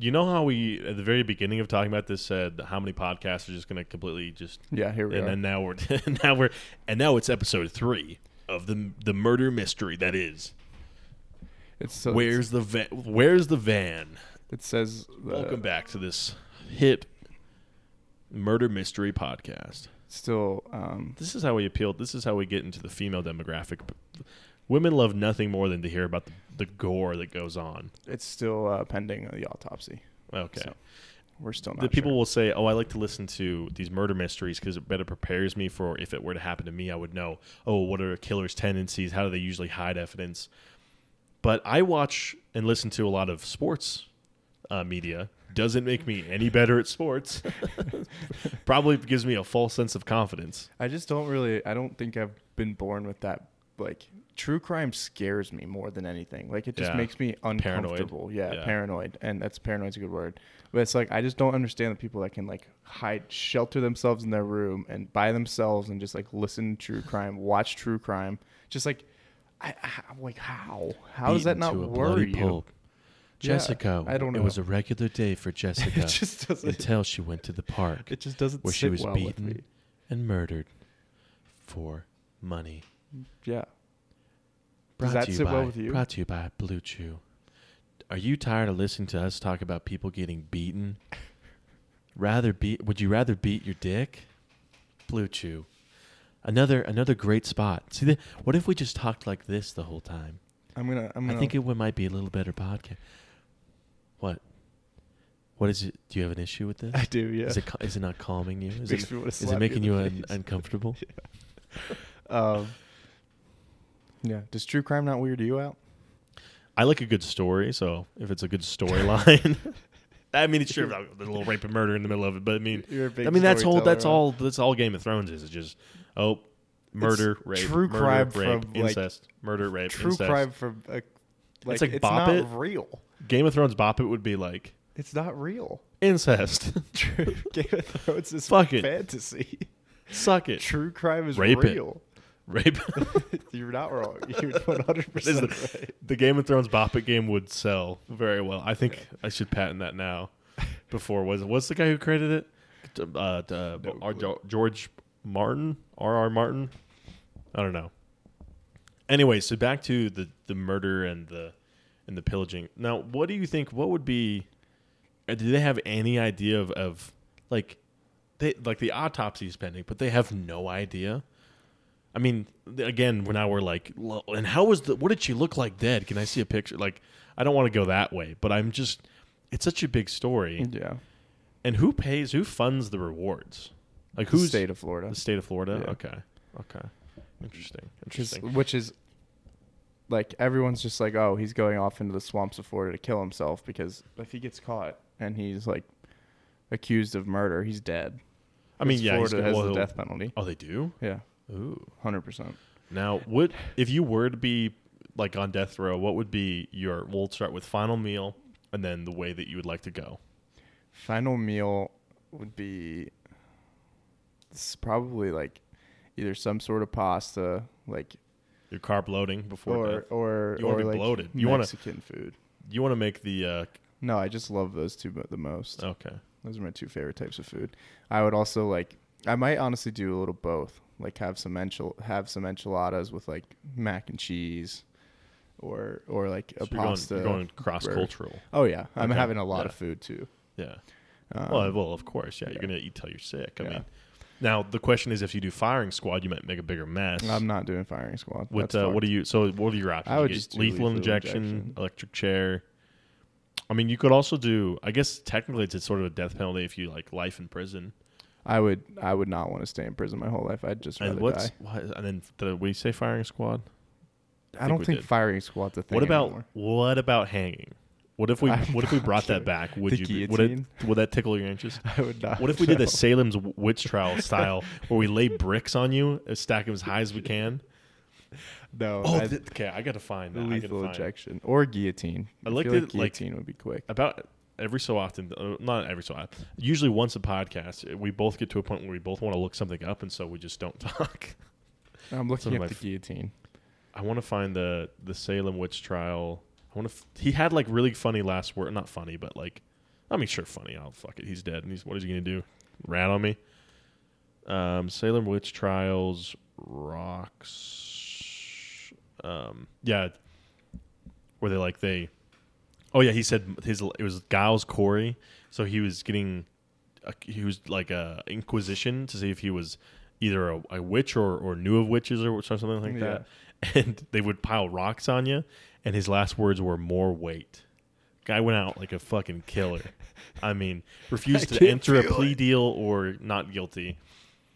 A: you know how we at the very beginning of talking about this said how many podcasts are just going to completely just
B: Yeah, here we
A: and
B: are.
A: then now we're [laughs] now we're and now it's episode three of the the murder mystery that is
B: it's so
A: where's the van where's the van
B: it says uh,
A: welcome back to this hip murder mystery podcast
B: Still, um,
A: this is how we appeal this is how we get into the female demographic women love nothing more than to hear about the, the gore that goes on
B: it's still uh, pending the autopsy.
A: okay
B: So, We're still not
A: the people
B: sure.
A: will say, "Oh, I like to listen to these murder mysteries because it better prepares me for if it were to happen to me, I would know. Oh, what are a killer's tendencies? How do they usually hide evidence?" But I watch and listen to a lot of sports uh, media. Doesn't make me any better at
B: [laughs]
A: sports. Probably gives me a false sense of confidence.
B: I just don't really. I don't think I've been born with that. Like true crime scares me more than anything. Like it just
A: Yeah.
B: makes me uncomfortable. Yeah,
A: Yeah.
B: paranoid, and that's paranoid's a good word. But it's like I just don't understand the people that can like hide, shelter themselves in their room and by themselves and just like listen to true crime, watch true crime. Just like, I, I- I'm like, how? How does that
A: Beaten
B: not
A: to a bloody
B: worry you?
A: pulp.
B: Yeah, I don't know.
A: a regular day for Jessica
B: [laughs] it [laughs] just doesn't.
A: she went to the park.
B: It just doesn't
A: where
B: sit
A: she was
B: well with me.
A: beaten and murdered for money.
B: Yeah.
A: Brought
B: Does that
A: to you
B: sit
A: by,
B: well with you?
A: Brought to you by Blue Chew. Are you tired of listening to us talk about people getting beaten? Rather beat? Would you rather beat your dick? Blue Chew. Another another great spot. See, the, what if we just talked like this the whole time?
B: I'm gonna. I'm
A: I
B: gonna.
A: think it would, might be a little better podcast. What? What is it? Do you have an issue with this?
B: I do. [laughs] Yeah.
A: Is it ca- is it not calming you? Is
B: Makes
A: it
B: me wanna
A: is
B: slap you
A: it
B: in
A: making
B: the
A: you un-
B: face.
A: uncomfortable?
B: Um, yeah. Does true crime not weird you out?
A: I like a good story, so if it's a good storyline, I mean, it's sure there's a little rape and murder in the middle of it, but I mean,
B: You're a big
A: I mean that's whole
B: storyteller,
A: that's
B: huh?
A: all that's all Game of Thrones is. It's just oh, murder, rape,
B: true
A: murder,
B: crime
A: rape,
B: from, like,
A: incest, murder, rape,
B: True
A: incest.
B: crime from a, like it's,
A: like Bop
B: not
A: It.
B: real.
A: Game of Thrones bop it would be like
B: It's not real.
A: incest,
B: [laughs] True [laughs] Game of Thrones is
A: Fuck it.
B: fantasy.
A: suck it,
B: True crime is
A: Rape it.
B: real. [laughs]
A: rape. [laughs]
B: You're not wrong. You're 100
A: This is
B: percent [laughs]
A: the,
B: right.
A: the Game of Thrones bop it game would sell very well. I think I should patent that now. Before was what's the guy who created it? Uh, uh, R- Jo- George Martin, R. R. Martin. I don't know. Anyway, so back to the the murder and the and the pillaging. Now, what do you think? What would be? uh, Do they have any idea of, of like they like the autopsy is pending, but they have no idea. I mean, th- again, when I were like, "Lo- and how was the? What did she look like dead? Can I see a picture? Like, I don't want to go that way, but I'm just. It's such a big story,
B: Yeah.
A: and who pays? Who funds the rewards? Like who's
B: state of Florida?
A: the state of Florida?
B: Yeah.
A: Okay, okay, interesting,
B: 'Cause-
A: interesting.
B: which is like everyone's just like, oh, he's going off into the swamps of Florida to kill himself because if he gets caught and he's like accused of murder, he's dead.
A: I mean,
B: Because
A: yeah, he's
B: Florida
A: gonna-
B: has
A: well,
B: the
A: he'll-
B: death penalty.
A: Oh, they do.
B: Yeah,
A: Ooh.
B: hundred percent.
A: Now, what if you were to be like on death row? What would be your? We'll start with final meal, and then the way that you would like to go.
B: Final meal would be this is probably like either some sort of pasta, like
A: Your carb loading before
B: or
A: death.
B: or
A: You wanna
B: or
A: be
B: like
A: bloated. You wanna-
B: Mexican food.
A: You want to make the uh,
B: No, I just love those two mo- the most.
A: okay.
B: Those are my two favorite types of food. I would also like. I might honestly do a little both. Like have some enchil have some enchiladas with like mac and cheese, or or like a
A: So you're, going,
B: pasta.
A: you're going cross cultural.
B: oh yeah, I'm
A: Okay.
B: having a lot of
A: Yeah.
B: food too.
A: Yeah.
B: Um,
A: well, well, of course. Yeah,
B: yeah.
A: you're gonna eat till you're sick. I
B: Yeah.
A: mean, now the question is, if you do firing squad, you might make a bigger mess.
B: I'm not doing firing squad.
A: What
B: Um, That's
A: uh, what
B: fucked.
A: do you? So what are your options?
B: I
A: You
B: would
A: get
B: just do
A: lethal,
B: lethal
A: injection,
B: injection.
A: electric chair. I mean, you could also do. I guess technically, it's sort of a death penalty if you like life in prison.
B: I would I would not want to stay in prison my whole life. I'd just rather
A: and what's
B: die.
A: why, and then the, we say firing squad.
B: I don't
A: we
B: think
A: did.
B: firing squad's a thing.
A: what about
B: anymore. [laughs]
A: what about hanging? What if we
B: I'm
A: what if we
B: not
A: brought that
B: kidding.
A: back? Would
B: The
A: you be- would it, would that tickle your interest?
B: [laughs] I would not.
A: What if we did the
B: know.
A: Salem's w- witch
B: [laughs]
A: trial style, where we lay bricks on you, uh, stack them as high as we can?
B: No.
A: Oh,
B: I-
A: th- okay, I gotta find that. I gotta
B: lethal
A: find-
B: injection or guillotine.
A: I
B: I,
A: like
B: feel
A: that,
B: like
A: like-
B: guillotine would be quick.
A: About every so often, uh, not every so often, usually once a podcast, we both get to a point where we both want to look something up, and so we just don't [laughs] talk.
B: I'm
A: some
B: looking
A: of
B: at
A: my
B: the
A: f-
B: guillotine.
A: I want to find the the Salem witch trial. I want to. F- he had like really funny last word, not funny, but like, I mean, sure, funny. I'll fuck it. He's dead, and he's what is he gonna do? Rat on me. Um, Salem witch trials rocks. Um, yeah, where they like they. Oh yeah, he said his it was Giles Corey, so he was getting, a, he was like a Inquisition to see if he was either a, a witch or, or knew of witches or something like
B: Yeah.
A: that, [laughs] and they would pile rocks on you, and his last words were more weight. Guy went out like a fucking killer. I
B: [laughs]
A: mean, refused to
B: can't
A: enter a
B: feel
A: plea
B: it.
A: deal or not guilty.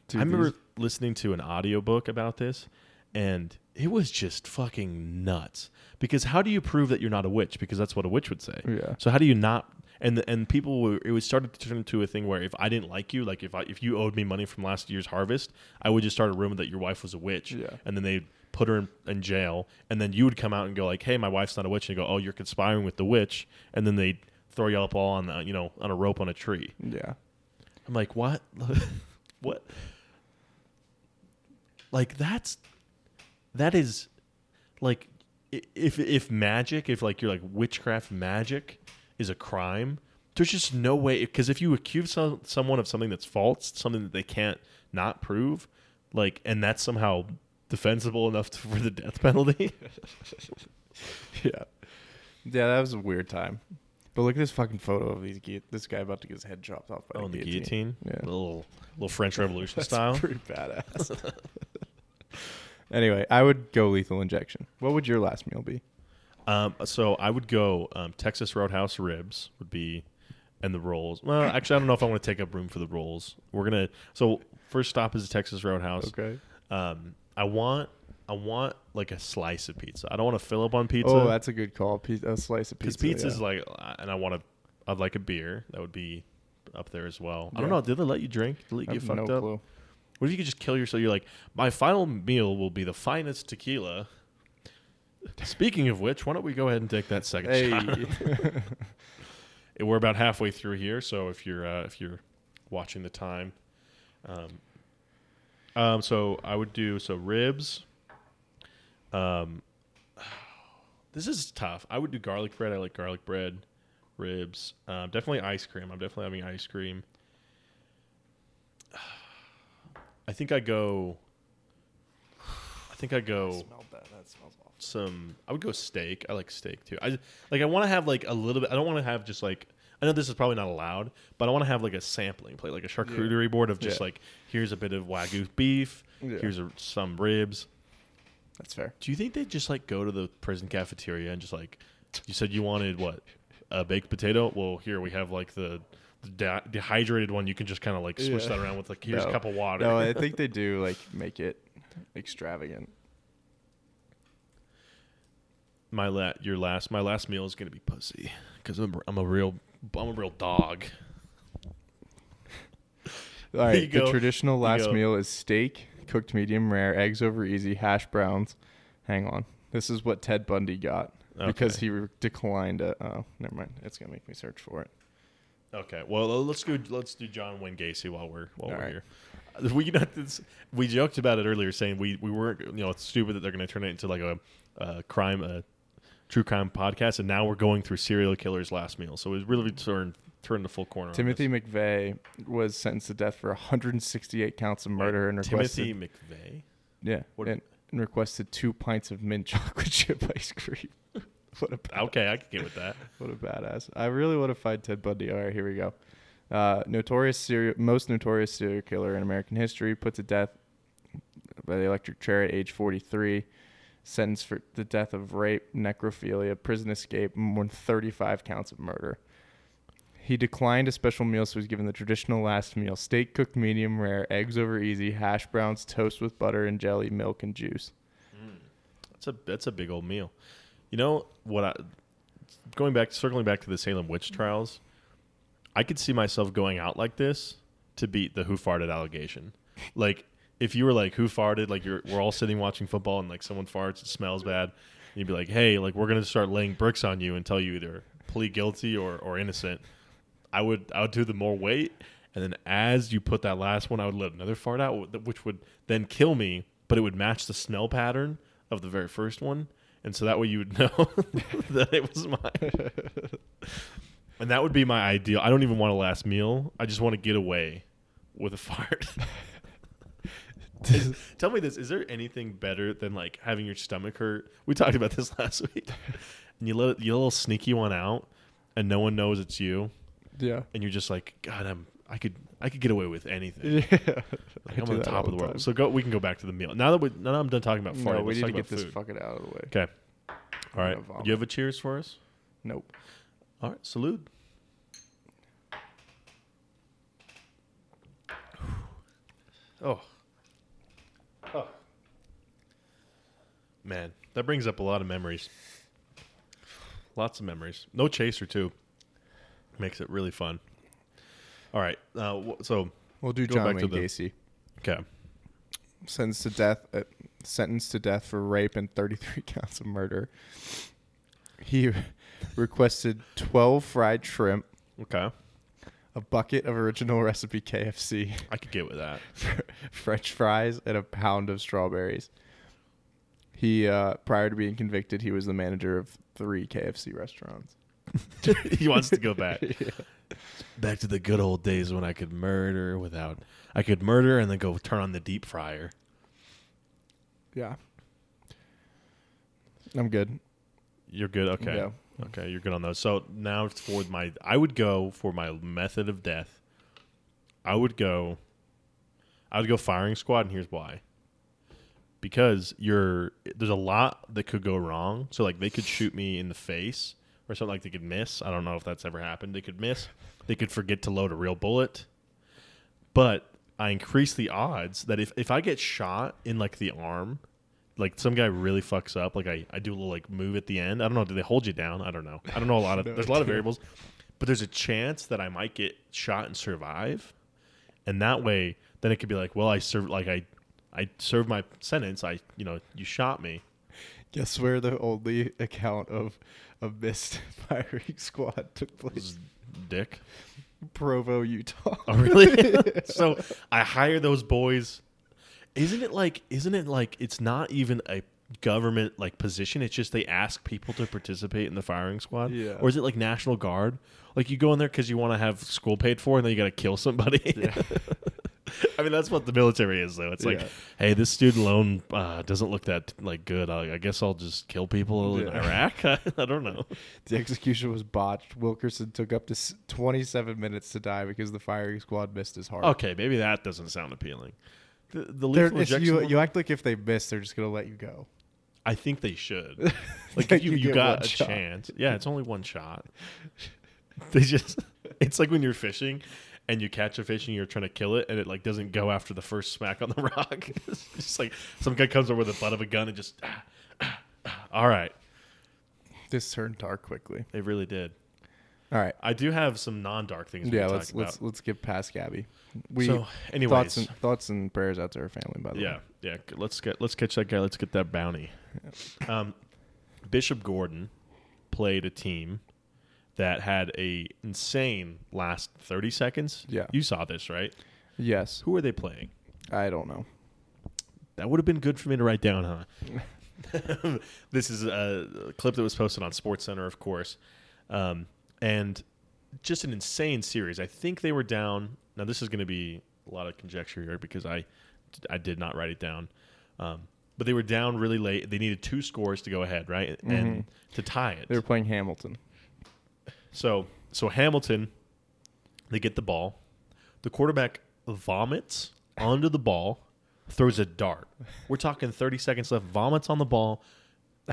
B: Dude,
A: I remember
B: these-
A: listening to an audiobook about this and it was just fucking nuts because how do you prove that you're not a witch because that's what a witch would say.
B: Yeah.
A: So how do you not and and people were it was started to turn into a thing where if I didn't like you like if I, if you owed me money from last year's harvest, I would just start a rumor that your wife was a witch
B: Yeah.
A: and then they put her in, in jail and then you would come out and go like, "Hey, my wife's not a witch." And you go, "Oh, you're conspiring with the witch." And then they throw you up all on the, you know, on a rope on a tree.
B: Yeah.
A: I'm like, what? [laughs] what? Like that's that is like i- if if magic, if like you're like witchcraft magic is a crime, there's just no way because if you accuse some, someone of something that's false, something that they can't not prove, like and that's somehow defensible enough [laughs] to, for the death penalty.
B: [laughs] Yeah. Yeah, that was a weird time. But look at this fucking photo of these guillo- this guy about to get his head chopped off by
A: oh,
B: the
A: and the
B: guillotine.
A: guillotine,
B: Yeah.
A: little little French Revolution
B: [laughs] That's
A: style.
B: pretty badass.
A: [laughs]
B: [laughs] anyway, I would go lethal injection. What would your last meal be?
A: Um, so I would go um, Texas Roadhouse ribs would be, and the rolls. Well, actually, I don't know if I want to take up room for the rolls. We're gonna. So first stop is Texas Roadhouse.
B: Okay.
A: Um, I want I want like a slice of pizza. I don't want to fill up on pizza.
B: Oh, that's a good call. Pi- a slice of
A: because
B: pizza.
A: pizza's
B: yeah.
A: like, uh, and I want to. I'd like a beer. That would be up there as well. I don't
B: Yeah.
A: know. Did they let you drink? Did they let
B: I
A: you get
B: have
A: fucked
B: no
A: up?
B: clue.
A: What if you could just kill yourself? You're like, my final meal will be the finest tequila. Speaking of which, why don't we go ahead and take that second shot? [laughs]
B: Hey. [laughs]
A: And we're about halfway through here, so if you're uh, if you're watching the time, um, um, so I would do so ribs. Um, [sighs] this is tough. I would do garlic bread. I like garlic bread, ribs. Um, definitely ice cream. I'm definitely having ice cream. [sighs] I think I go. I think I go
B: smelled that. That smells awful.
A: some I would go steak. I like steak too. I like I want to have like a little bit I don't want to have just like I know this is probably not allowed, but I want to have like a sampling plate, like a charcuterie board of just
B: Yeah.
A: like here's a bit of wagyu beef,
B: Yeah.
A: here's a, some ribs.
B: That's fair.
A: Do you think they just like go to the prison cafeteria and just like you said you wanted what? A baked potato? Well, here we have like the, the de- dehydrated one. You can just kind of like switch
B: Yeah.
A: that around with like here's a
B: No.
A: cup of water. [laughs]
B: No, I think they do like make it extravagant.
A: my la- your last my last meal is gonna be pussy because I'm, I'm a real I'm a real dog.
B: All right,
A: go.
B: the
A: [laughs]
B: traditional
A: You
B: last
A: go.
B: meal is steak, cooked medium rare, eggs over easy, hash browns. Hang on. This is what Ted Bundy got because
A: Okay.
B: he re- declined a. Oh, never mind. It's going to make me search for it.
A: Okay. Well, uh, let's go. Let's do John Wayne Gacy while we're while
B: All
A: we're
B: right.
A: here. here. Uh, We not this, we joked about it earlier, saying we we weren't you know it's stupid that they're going to turn it into like a, a crime a true crime podcast, and now we're going through serial killers' last meal. So we really turned turned the full corner. on
B: Timothy
A: this.
B: McVeigh was sentenced to death for 168 counts of murder and requested.
A: Timothy McVeigh.
B: Yeah.
A: What-
B: and, and requested two pints of mint [laughs] chocolate chip ice cream. [laughs] what a bad,
A: Okay, I can get with that.
B: what a badass! I really want to find Ted Bundy. All right, here we go. Uh, notorious serial, most notorious serial killer in American history, put to death by the electric chair at age 43. Sentenced for the death of rape, necrophilia, prison escape, and more than 35 counts of murder. He declined a special meal, so he was given the traditional last meal: steak cooked medium rare, eggs over easy, hash browns, toast with butter and jelly, milk and juice.
A: That's a that's a big old meal. You know what? I going back, circling back to the Salem witch trials. I could see myself going out like this to beat the who farted allegation. Like if you were like who farted, like you're we're all sitting watching football and like someone farts, it smells bad. You'd be like, hey, like we're gonna start laying bricks on you until you either plead guilty or or innocent. I would I would do the more weight, and then as you put that last one, I would let another fart out, wh- which would then kill me, but it would match the smell pattern of the very first one, and so that way you would [laughs] know that it was mine. and that would be my ideal. I don't even want a last meal. I just want to get away with a [laughs] fart. Is- [laughs] tell me this: Is there anything better than like having your stomach hurt? We talked about this [laughs] last week, and you let you let a little sneaky one out, and no one knows it's you
B: Yeah.
A: and you're just like, God, I'm I could I could get away with anything.
B: [laughs] Yeah.
A: Like, I'm on the top of the world. So go. We can go back to the meal now that we now that I'm done talking about farting.
B: no, we
A: let's
B: need
A: talk
B: to get
A: about
B: this
A: food.
B: fucking out of the way.
A: okay. All right.
B: gonna vomit.
A: You have a cheers for us.
B: Nope.
A: All right. Salute. Oh. Oh. Man, that brings up a lot of memories. Lots of memories. No chaser too. Makes it really fun. All right. Uh, wh- so
B: We'll do
A: Go
B: John
A: back to
B: Wayne
A: the-
B: Gacy.
A: okay.
B: Sentenced to death. Uh, sentenced to death for rape and 33 [laughs] counts of murder. He [laughs] requested 12 fried shrimp,
A: Okay.
B: a bucket of original recipe KFC,
A: I could get with that.
B: [laughs]
A: [laughs]
B: French fries, and a pound of strawberries. He, uh, prior to being convicted, he was the manager of three KFC restaurants.
A: he wants to go back. [laughs] Back to the good old days when I could murder without I could murder and then go turn on the deep fryer.
B: [laughs]
A: [laughs]
B: Yeah. I'm good.
A: You're good. Okay.
B: Yeah.
A: Okay, you're good on those. So now it's for my I would go for my method of death. I would go I would go firing squad and here's why. Because you're there's a lot that could go wrong. So like they could shoot me in the face or something like they could miss. I don't know if that's ever happened. They could miss. They could forget to load a real bullet. But I increase the odds that if, if I get shot in like the arm, like some guy really fucks up, like I, I do a little like move at the end. I don't know, do they hold you down? I don't know. I don't know a lot of
B: [laughs] No
A: there's a lot of
B: idea.
A: variables. But there's a chance that I might get shot and survive. And that way then it could be like, well I serve like I I served my sentence, I you know, you shot me.
B: Guess where the only account of a missed [laughs] firing squad took place?
A: Dick.
B: Provo, Utah.
A: [laughs] Oh,
B: [laughs]
A: really? so I hire those boys. Isn't it like? Isn't it like? It's not even a government like position. It's just they ask people to participate in the firing squad.
B: Yeah.
A: Or is it like National Guard? Like you go in there because you want to have school paid for, and then you got to kill somebody. [laughs] I mean, that's what the military is, though. It's like,
B: Yeah.
A: hey, this student loan uh, doesn't look that like good. I, I guess I'll just kill people in
B: Yeah.
A: Iraq. [laughs] I don't know.
B: The execution was botched. Wilkerson took up to s- 27 minutes to die because the firing squad missed his heart.
A: Okay, maybe that doesn't sound appealing. The, the Oh,
B: They're-
A: lethal
B: it's-
A: injection.
B: you,
A: one-
B: you act like if they miss, they're just going to let you go.
A: I think they
B: [laughs]
A: should. Like
B: Like
A: if you,
B: you
A: you
B: get
A: got
B: one
A: a
B: shot.
A: chance. Yeah, it's only one
B: [laughs]
A: shot. They just it's like when you're fishing and you catch a fish and you're trying to kill it and it like doesn't go after the first smack on the [laughs] rock. it's just like some guy comes over with the butt of a gun and just ah, ah, ah. all right.
B: This turned dark quickly.
A: They really did.
B: All right.
A: I do have some non-dark things. We
B: Yeah,
A: yeah, can
B: let's
A: talk
B: let's
A: about.
B: let's get past Gabby. We
A: so, anyways,
B: thoughts and thoughts and prayers out to her family. By the
A: yeah, yeah. c- Let's get let's catch that guy. Let's get that bounty. Um, Bishop Gordon played a team that had a insane last thirty seconds.
B: Yeah.
A: you saw this, right?
B: way. Yes.
A: Who are they playing?
B: I don't know. [laughs]
A: That would have been good for me to write down, huh? [laughs] this is a clip that was posted on Sports Center, of course, um, and just an insane series. I think they were down. Now this is going to be a lot of conjecture here because I, I did not write it down, um, but they were down really late. They needed two scores to go ahead, right, and to tie it.
B: They were playing
A: [laughs]
B: Hamilton.
A: So so Hamilton, they get the ball. The quarterback vomits onto the ball, throws a dart. We're talking 30 seconds left. Vomits on the
B: [laughs]
A: ball,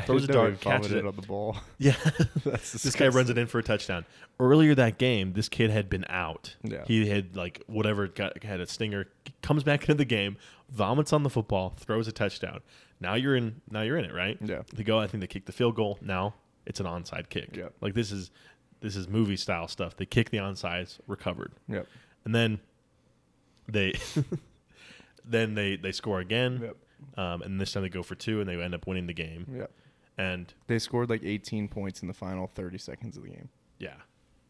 A: throws a
B: Didn't know he
A: dart, catches
B: vomited
A: it.
B: on the ball. [laughs]
A: Yeah,
B: That's
A: this guy runs it in for a touchdown. Earlier that game, this kid had been out.
B: Yeah.
A: he had like whatever got had a stinger. Comes back into the game, vomits on the football, throws a touchdown. Now you're in. Now you're in it, right?
B: Yeah.
A: They go. I think they kick the field goal. Now it's an onside kick.
B: Yeah.
A: Like this is this is movie style stuff. They kick the onsides, recovered,
B: Yep.
A: and then they [laughs] then they they score again.
B: Yep.
A: Um, and this time they go for two, and they end up winning the game.
B: Yep.
A: And
B: They scored like 18 points in the final 30 seconds of the game.
A: Yeah.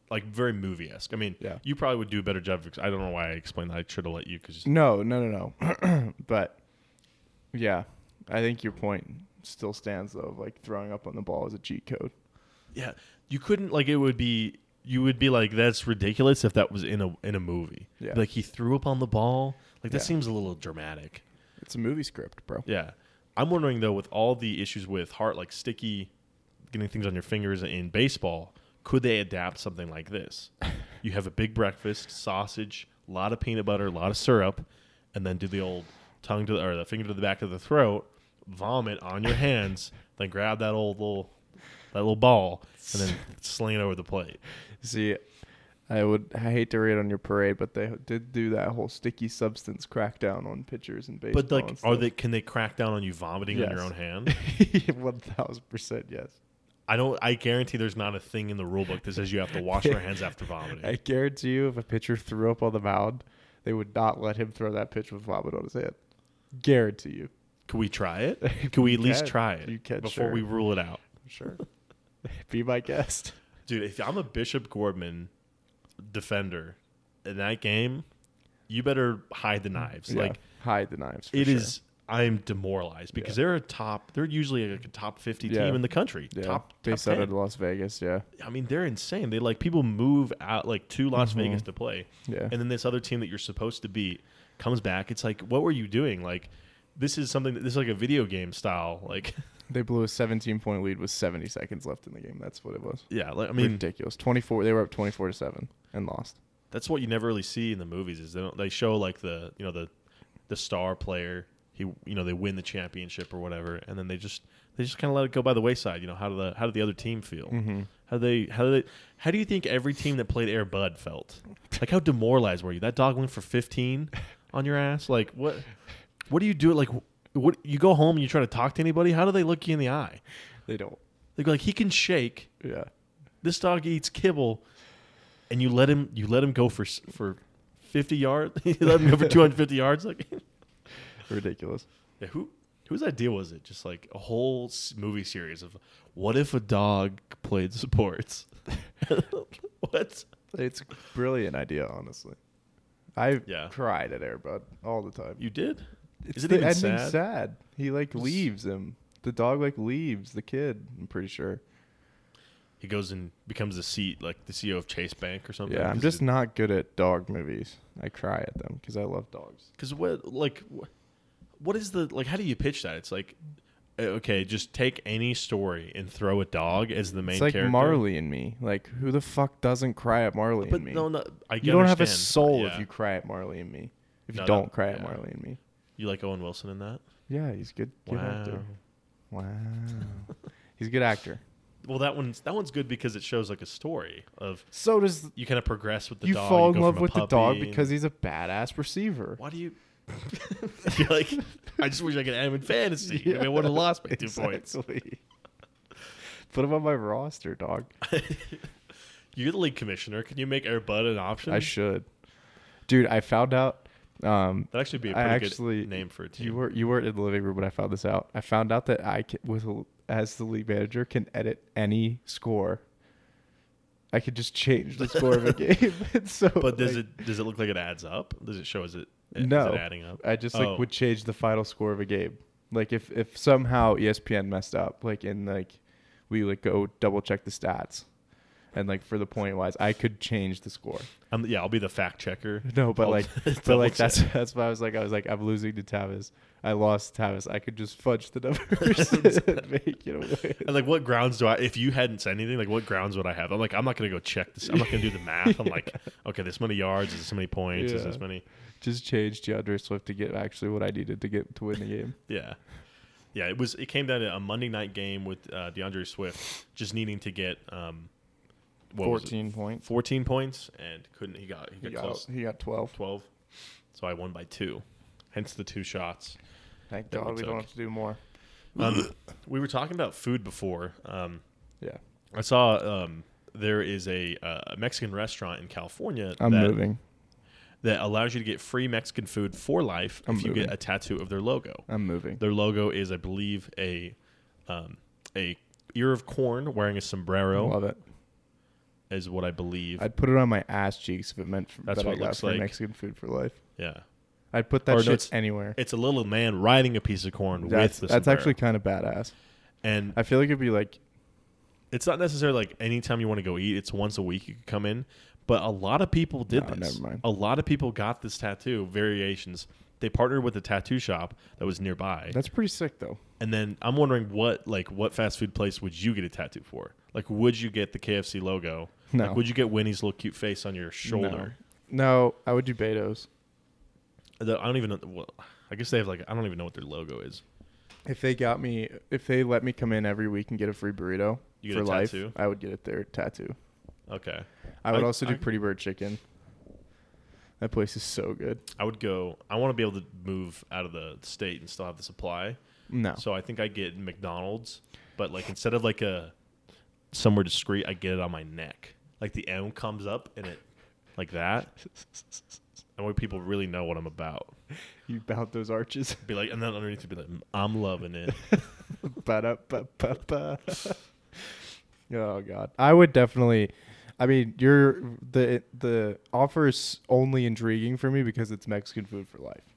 A: Like very movie esque. I mean,
B: Yeah.
A: you probably would do a better job. Of, ex- I don't know why I explained that. I should have let you because
B: No, no, no, no. [clears throat] but yeah, I think your point still stands though. Of like throwing up on the ball is a cheat code.
A: yeah, you couldn't like it would be you would be like that's ridiculous if that was in a in a movie.
B: Yeah.
A: Like he threw up on the ball. Like that
B: Yeah.
A: seems a little dramatic.
B: It's a movie script, bro.
A: Yeah. I'm wondering though, with all the issues with heart, like sticky, getting things on your fingers in baseball, could they adapt something like this? you have a big breakfast, sausage, a lot of peanut butter, a lot of syrup, and then do the old tongue to the, or the finger to the back of the throat, vomit on your
B: [laughs]
A: hands, then grab that old little that little ball and then sling it over the plate.
B: See, I would I hate to rain on your parade, but they did do that whole sticky substance crackdown on pitchers and baseball.
A: But like,
B: and
A: are
B: stuff.
A: they? Can they crack down on you vomiting on your
B: Yes.
A: own hand?
B: [laughs] one thousand percent yes?
A: I don't. I guarantee there's not a thing in the rule book that says you have to
B: [laughs]
A: wash your hands after vomiting.
B: I guarantee you, if a pitcher threw up on the mound, they would not let him throw that pitch with vomit on his hand. Guarantee you.
A: Can we try it? Can we at least
B: can.
A: try it
B: You can,
A: before
B: sure.
A: we rule it out?
B: Sure. [laughs] Be my guest.
A: Dude, if I'm a Bishop Gordman defender in that game, you better hide the knives.
B: Yeah,
A: Like
B: hide the knives. for
A: it
B: sure.
A: is- I'm demoralized because they're a top they're usually like a top 50
B: Yeah.
A: team in the country.
B: Yeah,
A: Top, top
B: based out
A: 10.
B: of Las Vegas. Yeah,
A: I mean, they're insane. They like people move out like to Las Vegas to play.
B: Yeah.
A: And then this other team that you're supposed to beat comes back. It's like, what were you doing? Like this is something that this is like a video game style like [laughs]
B: they blew a 17 point lead with 70 seconds left in the game. That's what it was.
A: yeah, like, I mean
B: Ridiculous. 24. They were up 24 to seven and lost.
A: that's what you never really see in the movies is they don't, they show like the you know the the star player he you know they win the championship or whatever and then they just they just kind of let it go by the wayside you know how do the how did the other team feel
B: Mm-hmm.
A: how do they how do they how do you think every team that played Air Bud felt like how demoralized were you that dog went for 15 on your ass like what what do you do like what you go home and you try to talk to anybody how do they look you in the eye
B: They don't.
A: they go like he can shake
B: Yeah.
A: this dog eats kibble, and you let him you let him go for s- for fifty yards. [laughs] you let him go for two hundred fifty yards. Like [laughs]
B: Ridiculous.
A: Yeah, who whose idea was it? Just like a whole s- movie series of what if a dog played sports? [laughs] what?
B: It's a brilliant idea, honestly. I
A: Yeah.
B: cried at Airbud all the time.
A: You did?
B: It's
A: Is it
B: the
A: even
B: ending's
A: sad?
B: He like leaves him. The dog like leaves the kid. I'm pretty sure.
A: He goes and becomes the seat like the CEO of Chase Bank or something.
B: Yeah, I'm just not good at dog movies. I cry at them because I love dogs.
A: because what like wh- what is the like? How do you pitch that? It's like. uh, Okay, just take any story and throw a dog as the main
B: It's like
A: character.
B: Marley and Me. Like who the fuck doesn't cry at Marley
A: But
B: and Me?
A: no, no, I
B: you don't have a
A: understand.
B: soul
A: Yeah.
B: if you cry at Marley and Me. If you
A: No,
B: don't
A: no,
B: cry at
A: yeah.
B: Marley and Me.
A: You like Owen Wilson in that?
B: Yeah, he's good. good actor.
A: Wow.
B: Wow. he's a good actor.
A: Well, that one's that one's good because it shows like a story of
B: So does
A: you kind of progress with the
B: you
A: dog. you
B: fall in
A: go
B: love
A: from a
B: with the dog
A: puppy and-
B: because he's a
A: [laughs]
B: badass receiver.
A: why do you? You're like, I just wish I could have him in fantasy. I mean, I would have lost by two points. [laughs] [laughs]
B: Exactly. Put him on my roster, dog.
A: You're the league commissioner. Can you make Air Bud an option?
B: I should. Dude, I found out. Um,
A: That'd actually be a
B: I
A: pretty
B: actually-
A: good name for a team.
B: you were you weren't in the living room when I found this out. I found out that I can, with a- as the league manager can edit any score. I could just change the score
A: [laughs]
B: of a game. [laughs] And so,
A: but does
B: like,
A: it does it look like it adds up? Does it show? Is it is it
B: No.
A: adding up?
B: I just like
A: Oh.
B: would change the final score of a game. Like if if somehow E ESPN messed up, like in like we like go double check the stats, and like for the point wise, I could change the score.
A: I'm, yeah, I'll be the fact checker.
B: No, but
A: I'll [laughs]
B: like, but
A: double
B: like that's
A: check.
B: that's why I was like I was like I'm losing to Tavis. I lost to Tavis. I could just fudge
A: [laughs]
B: the numbers and [laughs] make it away.
A: And like, what grounds do I? If you hadn't said anything, like, what grounds would I have? I'm like, I'm not gonna go check this. I'm not gonna do the math. I'm
B: [laughs]
A: like, okay, this many yards is this many points is this
B: Yeah.
A: many.
B: Just change DeAndre Swift to get actually what I needed to get to win the game.
A: Yeah, yeah. It was. It came down to a Monday night game with uh, DeAndre Swift just needing to get um, what was it?
B: points.
A: 14 points, and couldn't. He got he got
B: He got,
A: close
B: he got twelve.
A: 12. So I won by two. Hence the two shots.
B: [clears throat] Thank
A: That we
B: God we don't
A: took.
B: have to do more.
A: Um, we were talking about food before. Um,
B: Yeah,
A: I saw um, there is a, uh, a Mexican restaurant in California
B: I'm
A: that,
B: moving.
A: that allows you to get free Mexican food for life
B: I'm
A: if you get
B: moving.
A: a tattoo of their logo.
B: I'm moving.
A: Their logo is, I believe, a um, a ear of corn wearing a sombrero
B: Love it.
A: is what I believe.
B: I'd put it on my ass cheeks if it meant for,
A: That's
B: that
A: what
B: I
A: it
B: got
A: looks
B: for
A: like.
B: Mexican food for life.
A: yeah,
B: I'd put that
A: Or no,
B: shit
A: it's-
B: anywhere.
A: it's a little man riding a piece of corn
B: That's,
A: with the
B: that's
A: sombrero.
B: actually kind of badass.
A: and
B: I feel like it'd be like
A: it's not necessarily like anytime you want to go eat, it's once a week you could come in. But a lot of people did
B: No,
A: this.
B: never mind.
A: A lot of people got this tattoo variations. They partnered with a tattoo shop that was nearby.
B: that's pretty sick though.
A: and then I'm wondering what like what fast food place would you get a tattoo for? Like would you get the KFC logo?
B: No.
A: Like would you get Winnie's little cute face on your shoulder?
B: No, I would do Beto's.
A: The- I don't even know well, I guess they have like I don't even know what their logo is.
B: If they got me, if they let me come in every week and get a free burrito
A: You get
B: for
A: a
B: life,
A: tattoo?
B: I would get it there tattoo.
A: Okay.
B: I would
A: I-
B: also do
A: I-
B: Pretty Bird Chicken. That place is so good.
A: I would go I want to be able to move out of the state and still have the supply.
B: No,
A: So I think I get McDonald's, but like instead of like a somewhere discreet, I get it on my neck. Like the M comes up and it like that. And way people really know what I'm about.
B: you bout those arches.
A: Be like, and then underneath it'd be like, "Mm, I'm loving
B: [laughs]
A: it.
B: Ba-da-ba-ba-ba. [laughs] oh god. I would definitely I mean, you're the the offer is only intriguing for me because it's Mexican food for life.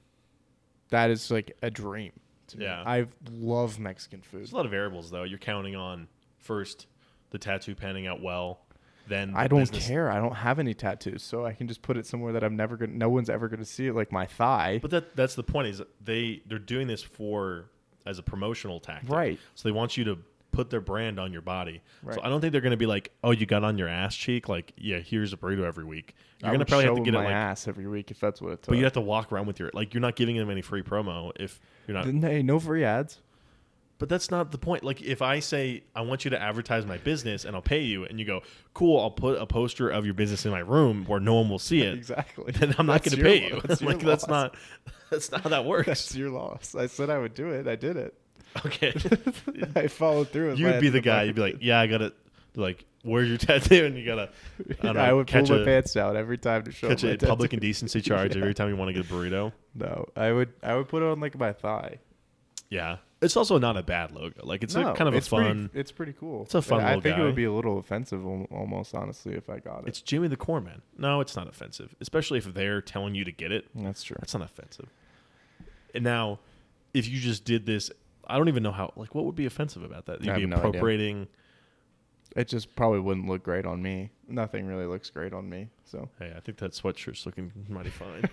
B: That is like a dream. To me.
A: Yeah.
B: I love Mexican food.
A: There's a lot of variables though. You're counting on first the tattoo panning out well, then
B: Mm. I
A: the
B: don't
A: business-
B: care. I don't have any tattoos, so I can just put it somewhere that I'm never gonna. No one's ever gonna see it, like my thigh.
A: But that that's the point is that they they're doing this for as a promotional tactic.
B: Right.
A: So they want you to put their brand on your body.
B: Right.
A: So I don't think they're going to be like, "Oh, you got on your ass cheek." Like, "Yeah, here's a burrito every week." You're
B: I
A: going to
B: would
A: probably have to
B: show
A: get it
B: my
A: like
B: ass every week if that's what it took.
A: but you have to walk around with your like you're not giving them any free promo if you're not.
B: Then, hey, no free ads.
A: But that's not the point. Like if I say I want you to advertise my business and I'll pay you and you go, "Cool, I'll put a poster of your business in my room where no one will see it."
B: [laughs]
A: [laughs]
B: Exactly.
A: Then I'm not
B: That's
A: going to
B: your
A: pay
B: lo-
A: you. [laughs]
B: that's your
A: like that's
B: loss.
A: not [laughs] that's not how that works.
B: [laughs] That's your loss. I said I would do it. I did
A: [laughs]
B: it. [laughs]
A: okay.
B: I followed through. with my
A: You'd be
B: end
A: the
B: of my-
A: guy. You'd be like, "Yeah, I gotta like, where's your [laughs] tattoo?" And you gotta, I,
B: [laughs] I,
A: don't know,
B: would pull
A: catch
B: my
A: a,
B: pants down every time to show
A: catch
B: my
A: a public
B: [laughs] tattoo.
A: indecency charge
B: Yeah.
A: every time you want to get a burrito.
B: No, I would. I would put it on like my thigh.
A: Yeah, it's also not a bad logo. Like, it's
B: No,
A: a, kind of a
B: it's pretty-
A: fun.
B: it's pretty cool.
A: It's a fun
B: And I
A: little
B: think it
A: guy.
B: would be a little offensive, al- almost honestly, if I got it.
A: it's Jimmy the Corn Man. No, it's not offensive, especially if they're telling you to get it.
B: That's true.
A: That's not offensive. And now, if you just did this, I don't even know how. Like, what would be offensive about that? You'd
B: have
A: be
B: no idea.
A: appropriating.
B: It just probably wouldn't look great on me. Nothing really looks great on me. So
A: Hey, I think that sweatshirt's looking mighty
B: [laughs]
A: fine.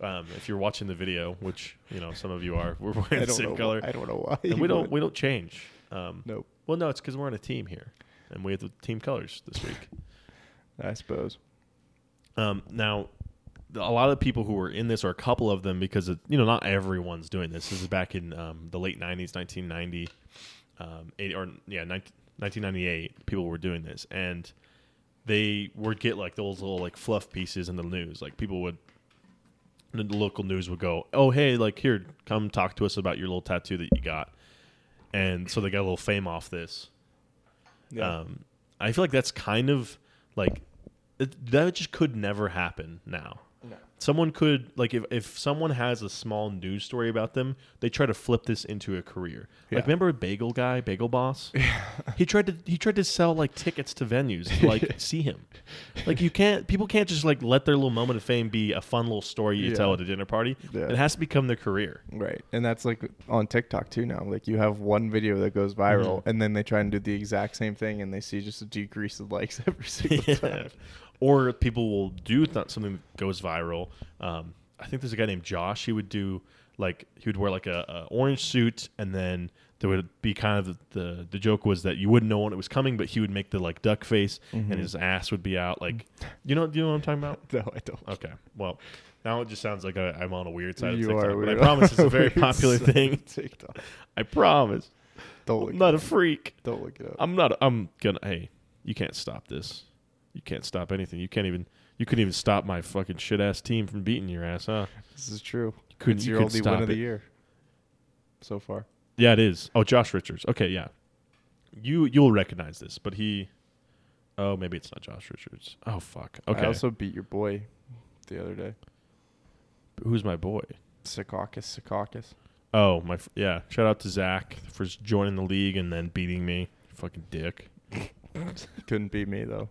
A: um, if you're watching the video, which you know some of you are, we're
B: I
A: wearing the
B: don't know.
A: same
B: wh-
A: color.
B: I don't know why.
A: and
B: you [laughs]
A: we don't
B: would.
A: we don't change. Um,
B: Nope.
A: Well, no, it's because we're on a team here, and we have the team colors this week.
B: I suppose.
A: Um, now, the, a lot of people who were in this, or a couple of them, because it, you know not everyone's doing this. This is back in um, the late '90s, 1990, um, eight, or yeah, 19, 1998. People were doing this, and they would get like those little like fluff pieces in the news. Like people would, the local news would go, "Oh hey, like here, come talk to us about your little tattoo that you got," and so they got a little fame off this.
B: Yeah. [laughs]
A: Um, I feel like that's kind of Like it, that just could never happen now.
B: No.
A: Someone could like if, if someone has a small news story about them, they try to flip this into a career.
B: Yeah.
A: Like remember Bagel Guy, Bagel
B: [laughs]
A: Boss? he tried to he tried to sell like tickets to venues to
B: [laughs]
A: like see him. Like you can't people can't just like let their little moment of fame be a fun little story you
B: Yeah.
A: tell at a dinner party.
B: Yeah.
A: It has to become their career.
B: Right. And that's like on TikTok too now. Like you have one video that goes viral
A: Mm-hmm.
B: and then they try and do the exact same thing and they see just a decrease of likes [laughs]
A: [laughs]
B: every single time.
A: Or people will do th- something that goes viral. Um, I think there's a guy named Josh. He would do like he would wear like a, a orange suit, and then there would be kind of the, the the joke was that you wouldn't know when it was coming, but he would make the like duck face,
B: Mm-hmm.
A: and his ass would be out. Like, you know, do you know what I'm talking
B: [laughs]
A: about?
B: No, I don't.
A: Okay, well. Now it just sounds like I, I'm on a weird side
B: You
A: of
B: are
A: TikTok, but I
B: weird.
A: promise
B: [laughs]
A: it's a very
B: Weird
A: popular
B: side of
A: thing.
B: [laughs] TikTok.
A: I promise.
B: Don't look,
A: I'm not a freak.
B: don't look it up.
A: I'm not. I'm gonna. Hey, you can't stop this. You can't stop anything. You can't even. You couldn't even stop my fucking shit ass team from beating your ass, huh?
B: This is true.
A: couldn't-
B: it's
A: you
B: your
A: couldn't
B: only
A: stop
B: win of the
A: it.
B: year so far.
A: Yeah, it is. Oh, Josh Richards. Okay, yeah. You you'll recognize this, but he. Oh, maybe it's not Josh Richards. Oh fuck. Okay.
B: I also beat your boy the other day.
A: Who's my boy?
B: Secaucus, Secaucus.
A: Oh my. fr- Yeah. Shout out to Zach for s- joining the league and then beating me. Fucking dick.
B: Couldn't beat me though.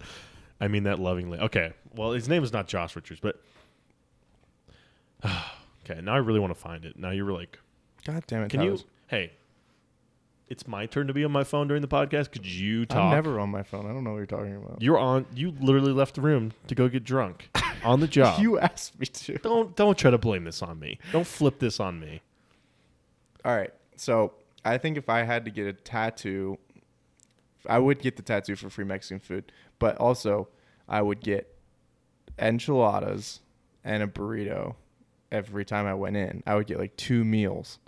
A: I mean that lovingly. Okay. Well, his name is not Josh Richards, but. [sighs] okay. Now I really want to find it. Now you're like.
B: God damn it.
A: Can you?
B: Tyler.
A: Hey, it's my turn to be on my phone during the podcast. Could you talk?
B: I'm never on my phone. I don't know what you're talking about.
A: You're on. You literally left the room to go get drunk [laughs] on the job.
B: [laughs] you asked me to.
A: don't don't try to blame this on me. Don't flip this on me.
B: All right. So I think if I had to get a tattoo, I would get the tattoo for free Mexican food, but also I would get enchiladas and a burrito every time I went in. I would get like two meals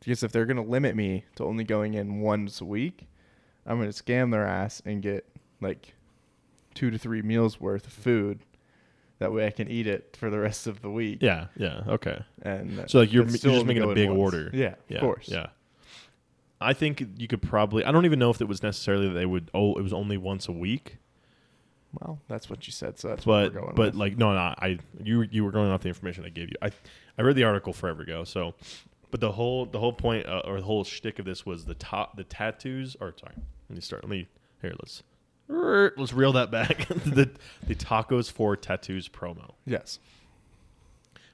B: because if they're going to limit me to only going in once a week, I'm going to scam their ass and get like two to three meals worth of food. That way I can eat it for the rest of the week.
A: Yeah. Yeah. Okay.
B: And
A: So, like, you're-
B: it's
A: you're
B: still
A: just
B: only
A: making a
B: going
A: big order.
B: Yeah,
A: Yeah.
B: of course.
A: Yeah. I think you could probably. I don't even know if it was necessarily that they would. Oh, it was only once a week.
B: Well, that's what you said, so that's what we're
A: but
B: going
A: but
B: with.
A: like no, no, I you you were going off the information I gave you. I I read the article forever ago. So, but the whole the whole point uh, or the whole shtick of this was the top the tattoos. Or sorry, let me start. Let me here. Let's let's reel that back. [laughs] the the tacos for tattoos promo.
B: yes,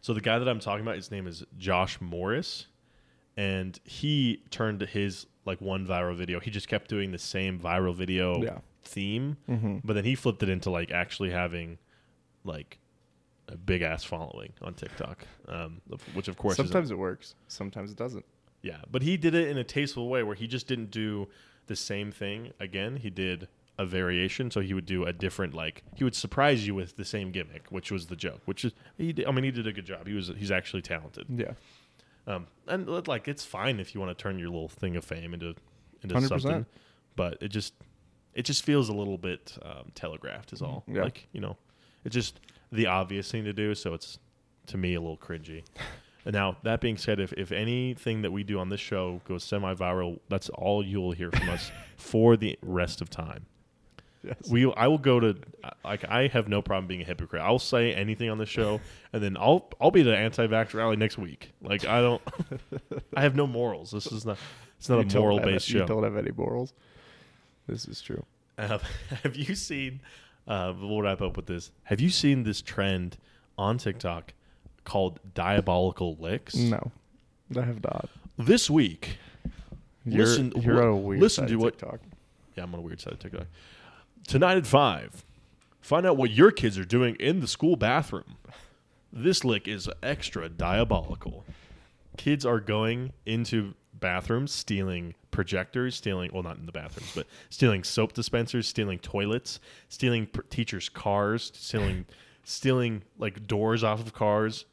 A: So the guy that I'm talking about, his name is Josh Morris, and he turned his like one viral video. He just kept doing the same viral video
B: Yeah. Mm-hmm.
A: theme, but then he flipped it into like actually having like a big ass following on TikTok, um, which of course is
B: sometimes it works, sometimes it doesn't.
A: yeah, but he did it in a tasteful way where he just didn't do the same thing again. He did a variation, so he would do a different like he would surprise you with the same gimmick, which was the joke. Which is he, did, I mean, he did a good job. He was he's actually talented,
B: Yeah,
A: um, and uh, like it's fine if you want to turn your little thing of fame into into
B: 100%.
A: something, but it just it just feels a little bit um, telegraphed, is all.
B: Yeah.
A: Like you know, it's just the obvious thing to do, so it's to me a little cringy. And now that being said, if, if anything that we do on this show goes semi viral, that's all you'll hear from us for the rest of time.
B: [laughs] yes.
A: We I will go to like I have no problem being a hypocrite. I'll say anything on this show, and then I'll I'll be at an anti-vax rally next week. Like I don't, [laughs] I have no morals. This is not it's not
B: You
A: a
B: don't
A: moral
B: have-
A: based
B: You
A: show.
B: don't have any morals. This is true.
A: Um, [laughs] have you seen? Uh, we'll wrap up with this. Have you seen this trend on TikTok called diabolical licks?
B: No, I have not.
A: This week,
B: You're,
A: Listen-
B: you're on a weird
A: listen
B: side
A: to
B: of
A: what-
B: TikTok.
A: Yeah, I'm on a weird side of TikTok. Tonight at five, find out what your kids are doing in the school bathroom. This lick is extra diabolical. Kids are going into bathrooms, stealing projectors, stealing, well, not in the bathrooms, but stealing soap dispensers, stealing toilets, stealing pr- teachers' cars,
B: [laughs]
A: stealing, stealing like doors off of cars.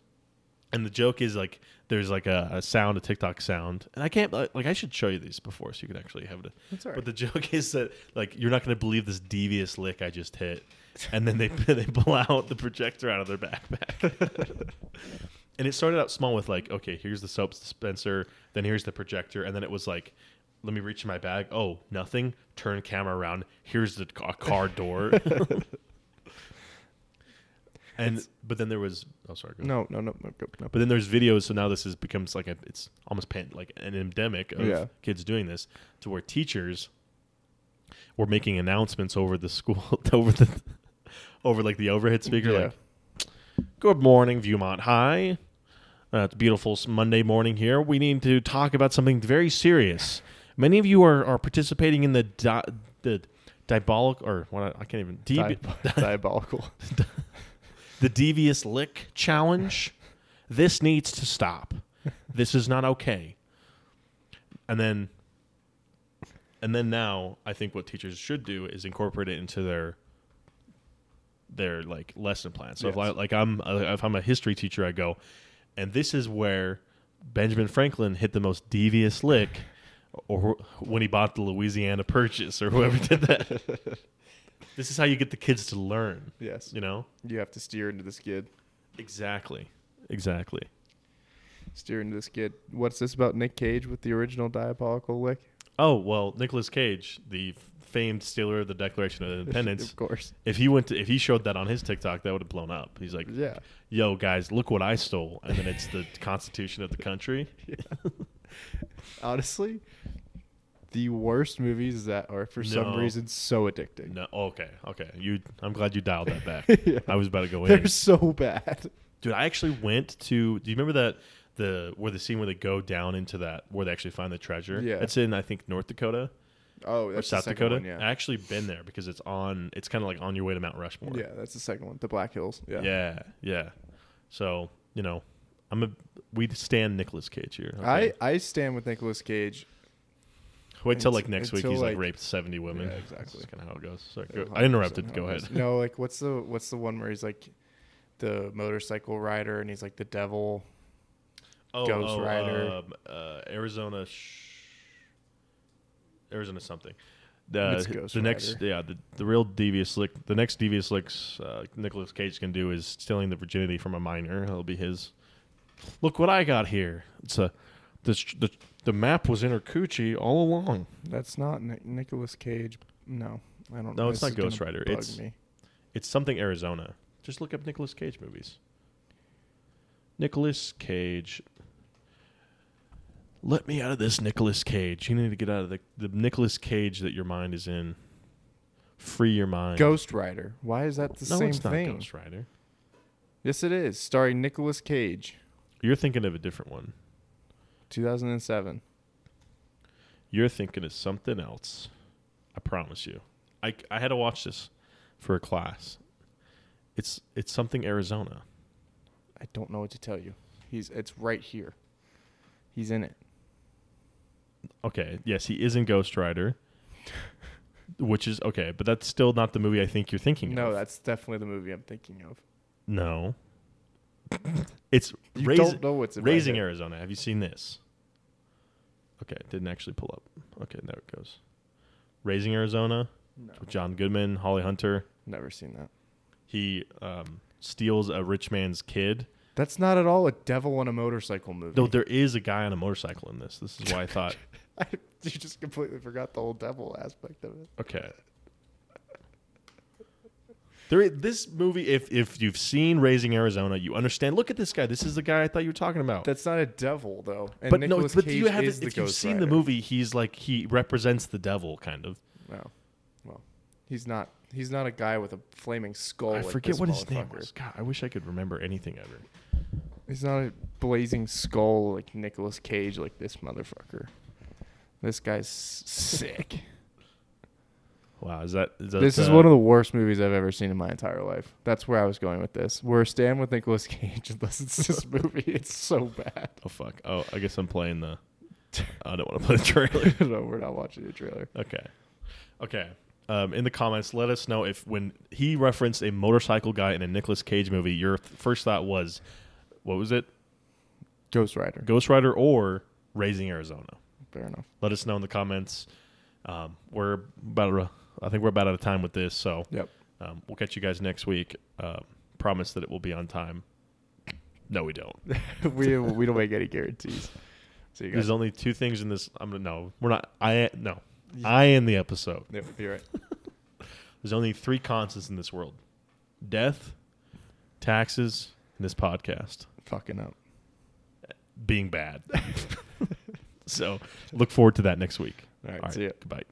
A: And the joke is like there's like a, a sound, a TikTok sound, and I can't like like, I should show you these before so you can actually have it.
B: That's all
A: But the joke is that like you're not going to believe this devious lick I just
B: [laughs]
A: hit, and then they [laughs] they pull out the projector out of their backpack.
B: [laughs]
A: and it started out small with like, okay, here's the soap dispenser, then here's the projector, and then it was like, let me [laughs] reach in my bag. Oh, nothing. Turn camera around. Here's the ca- car door. And but then there was oh sorry, go ahead.
B: [laughs] No, no, no, no, go- no.
A: But then there's videos, so now this is becomes like a it's almost pan, like an endemic of
B: Yeah.
A: kids doing this, to where teachers were making announcements over the school [laughs] over the over like the overhead speaker,
B: Yeah.
A: like "Good morning, Viewmont High." Uh, it's a beautiful s- Monday morning here. We need to talk about something very serious. Many of you are, are participating in the di- the diabolic or what I, I can't even devi- [laughs]
B: Diab- [laughs] diabolical.
A: the devious lick challenge. This needs to stop. This is not okay. And then and then now I think what teachers should do is incorporate it into their their like lesson plan. So if I,
B: Yes.
A: like I'm if I'm a history teacher I go and this is where Benjamin Franklin hit the most devious lick or when he bought the Louisiana Purchase or whoever did that. this is how you get the kids to learn,
B: Yes.
A: you know?
B: You have to steer into the skid.
A: Exactly. Exactly.
B: Steer into the skid. What's this about Nick Cage with the original diabolical lick?
A: Oh well, Nicolas Cage, the famed stealer of the Declaration
B: [laughs]
A: of Independence.
B: of course.
A: if he went to, if he showed that on his TikTok, that would have blown up. He's like,
B: Yeah.
A: "Yo, guys, look what I stole!" And then it's
B: [laughs]
A: the Constitution of the country.
B: Honestly, the worst movies that are for some
A: No.
B: reason so addicting. [laughs]
A: No, okay, okay. You, I'm glad you dialed that back.
B: Yeah.
A: I was about to go in,
B: They're so bad.
A: dude. I actually went to. Do you remember that the where the scene where they go down into that where they actually find the treasure?
B: Yeah.
A: it's in I think North Dakota.
B: Oh,
A: Or
B: that's
A: South
B: the second
A: Dakota.
B: One, yeah.
A: I actually been there because it's on. It's kind of like on your way to Mount Rushmore.
B: yeah, that's the second one. The Black Hills. Yeah.
A: Yeah, yeah. So you know, I'm a we stand Nicolas Cage here.
B: I,
A: okay?
B: I stand with Nicolas Cage.
A: wait till
B: until-
A: like next week.
B: until,
A: He's like,
B: like-
A: raped seventy women.
B: Yeah, exactly.
A: That's kind of how it goes. Sorry, go- I interrupted. Go ahead.
B: No, like what's the what's the one where he's like the motorcycle rider and he's like the devil.
A: Oh,
B: Ghost
A: oh,
B: Rider.
A: um, uh, Arizona, sh- Arizona something. The,
B: It's Ghost
A: the next,
B: Rider.
A: yeah, the, the real devious lick. The next devious licks uh, Nicholas Cage can do is stealing the virginity from a minor. That'll be his. Look what I got here. It's a, this, the the map was in her coochie all along.
B: That's not Nic- Nicolas Cage. No, I don't.
A: No, it's
B: this
A: not
B: is
A: Ghost
B: gonna
A: Rider.
B: bug
A: It's-
B: me.
A: It's something Arizona. Just look up Nicolas Cage movies. Nicolas Cage. Let me out of this Nicolas Cage. You need to get out of the, the Nicolas Cage that your mind is in. Free your mind.
B: Ghost Rider. Why is that the
A: no,
B: same
A: it's not
B: thing?
A: Ghost Rider.
B: Yes, it is. Starring Nicolas Cage,
A: You're thinking of a different one.
B: 2007.
A: You're thinking of something else. I promise you. I, I had to watch this for a class. It's it's something Arizona.
B: I don't know what to tell you. He's it's right here. He's in it.
A: Okay. Yes, he is in Ghost Rider, which is okay, but that's still not the movie I think you're thinking
B: No,
A: of.
B: that's definitely the movie I'm thinking of.
A: no. it's
B: You
A: rais-
B: don't know what's in my
A: raising
B: head.
A: Arizona. Have you seen this? Okay, it didn't actually pull up. Okay, there it goes. Raising Arizona
B: No,
A: with John Goodman, Holly Hunter.
B: never seen that.
A: He um, steals a rich man's kid.
B: That's not at all a devil on a motorcycle movie.
A: Though there is a guy on a motorcycle in this. This is why I thought.
B: [laughs] I, you just completely forgot the whole devil aspect of it.
A: Okay. There, i- this movie, if if you've seen Raising Arizona, you understand. Look at this guy. This is the guy I thought you were talking about.
B: That's not a devil though. And
A: but no,
B: Nicolas
A: but
B: Cage
A: you have
B: is
A: if
B: the
A: you've
B: Ghost
A: seen the
B: Rider.
A: movie, he's like he represents the devil, kind of.
B: No, well, he's not. He's not a guy with a flaming skull.
A: I
B: Oh, like
A: forget
B: this
A: what his name
B: motherfucker.
A: was. God, I wish I could remember anything ever.
B: He's not a blazing skull like Nicolas Cage like this motherfucker. This guy's s- sick.
A: [laughs] Wow, is that uh, is that
B: this is one of the worst movies I've ever seen in my entire life. That's where I was going with this. We're staying with Nicolas [laughs] Cage unless it's
A: [laughs]
B: this movie. It's so bad. [laughs]
A: oh fuck oh I guess I'm playing the I don't want to play the
B: [laughs]
A: trailer.
B: no, we're not watching the trailer.
A: Okay. Okay. Um, in the comments, let us know if when he referenced a motorcycle guy in a Nicolas Cage movie, your th- first thought was, what was it?
B: Ghost Rider.
A: Ghost Rider or Raising Arizona?
B: Fair enough.
A: Let us know in the comments. Um, we're about, to- I think we're about out of time with this, so
B: Yep.
A: um, we'll catch you guys next week. Um, promise that it will be on time. No, we don't.
B: [laughs] we we don't make any guarantees. So you guys,
A: There's only two things in this. I'm gonna no, we're not. I no, I in the episode.
B: yeah,
A: [laughs]
B: you're right.
A: There's only three constants in this world death, taxes, and this podcast
B: Fucking up.
A: being bad. [laughs] so look forward to that next week.
B: All right.
A: All right,
B: See ya.
A: goodbye.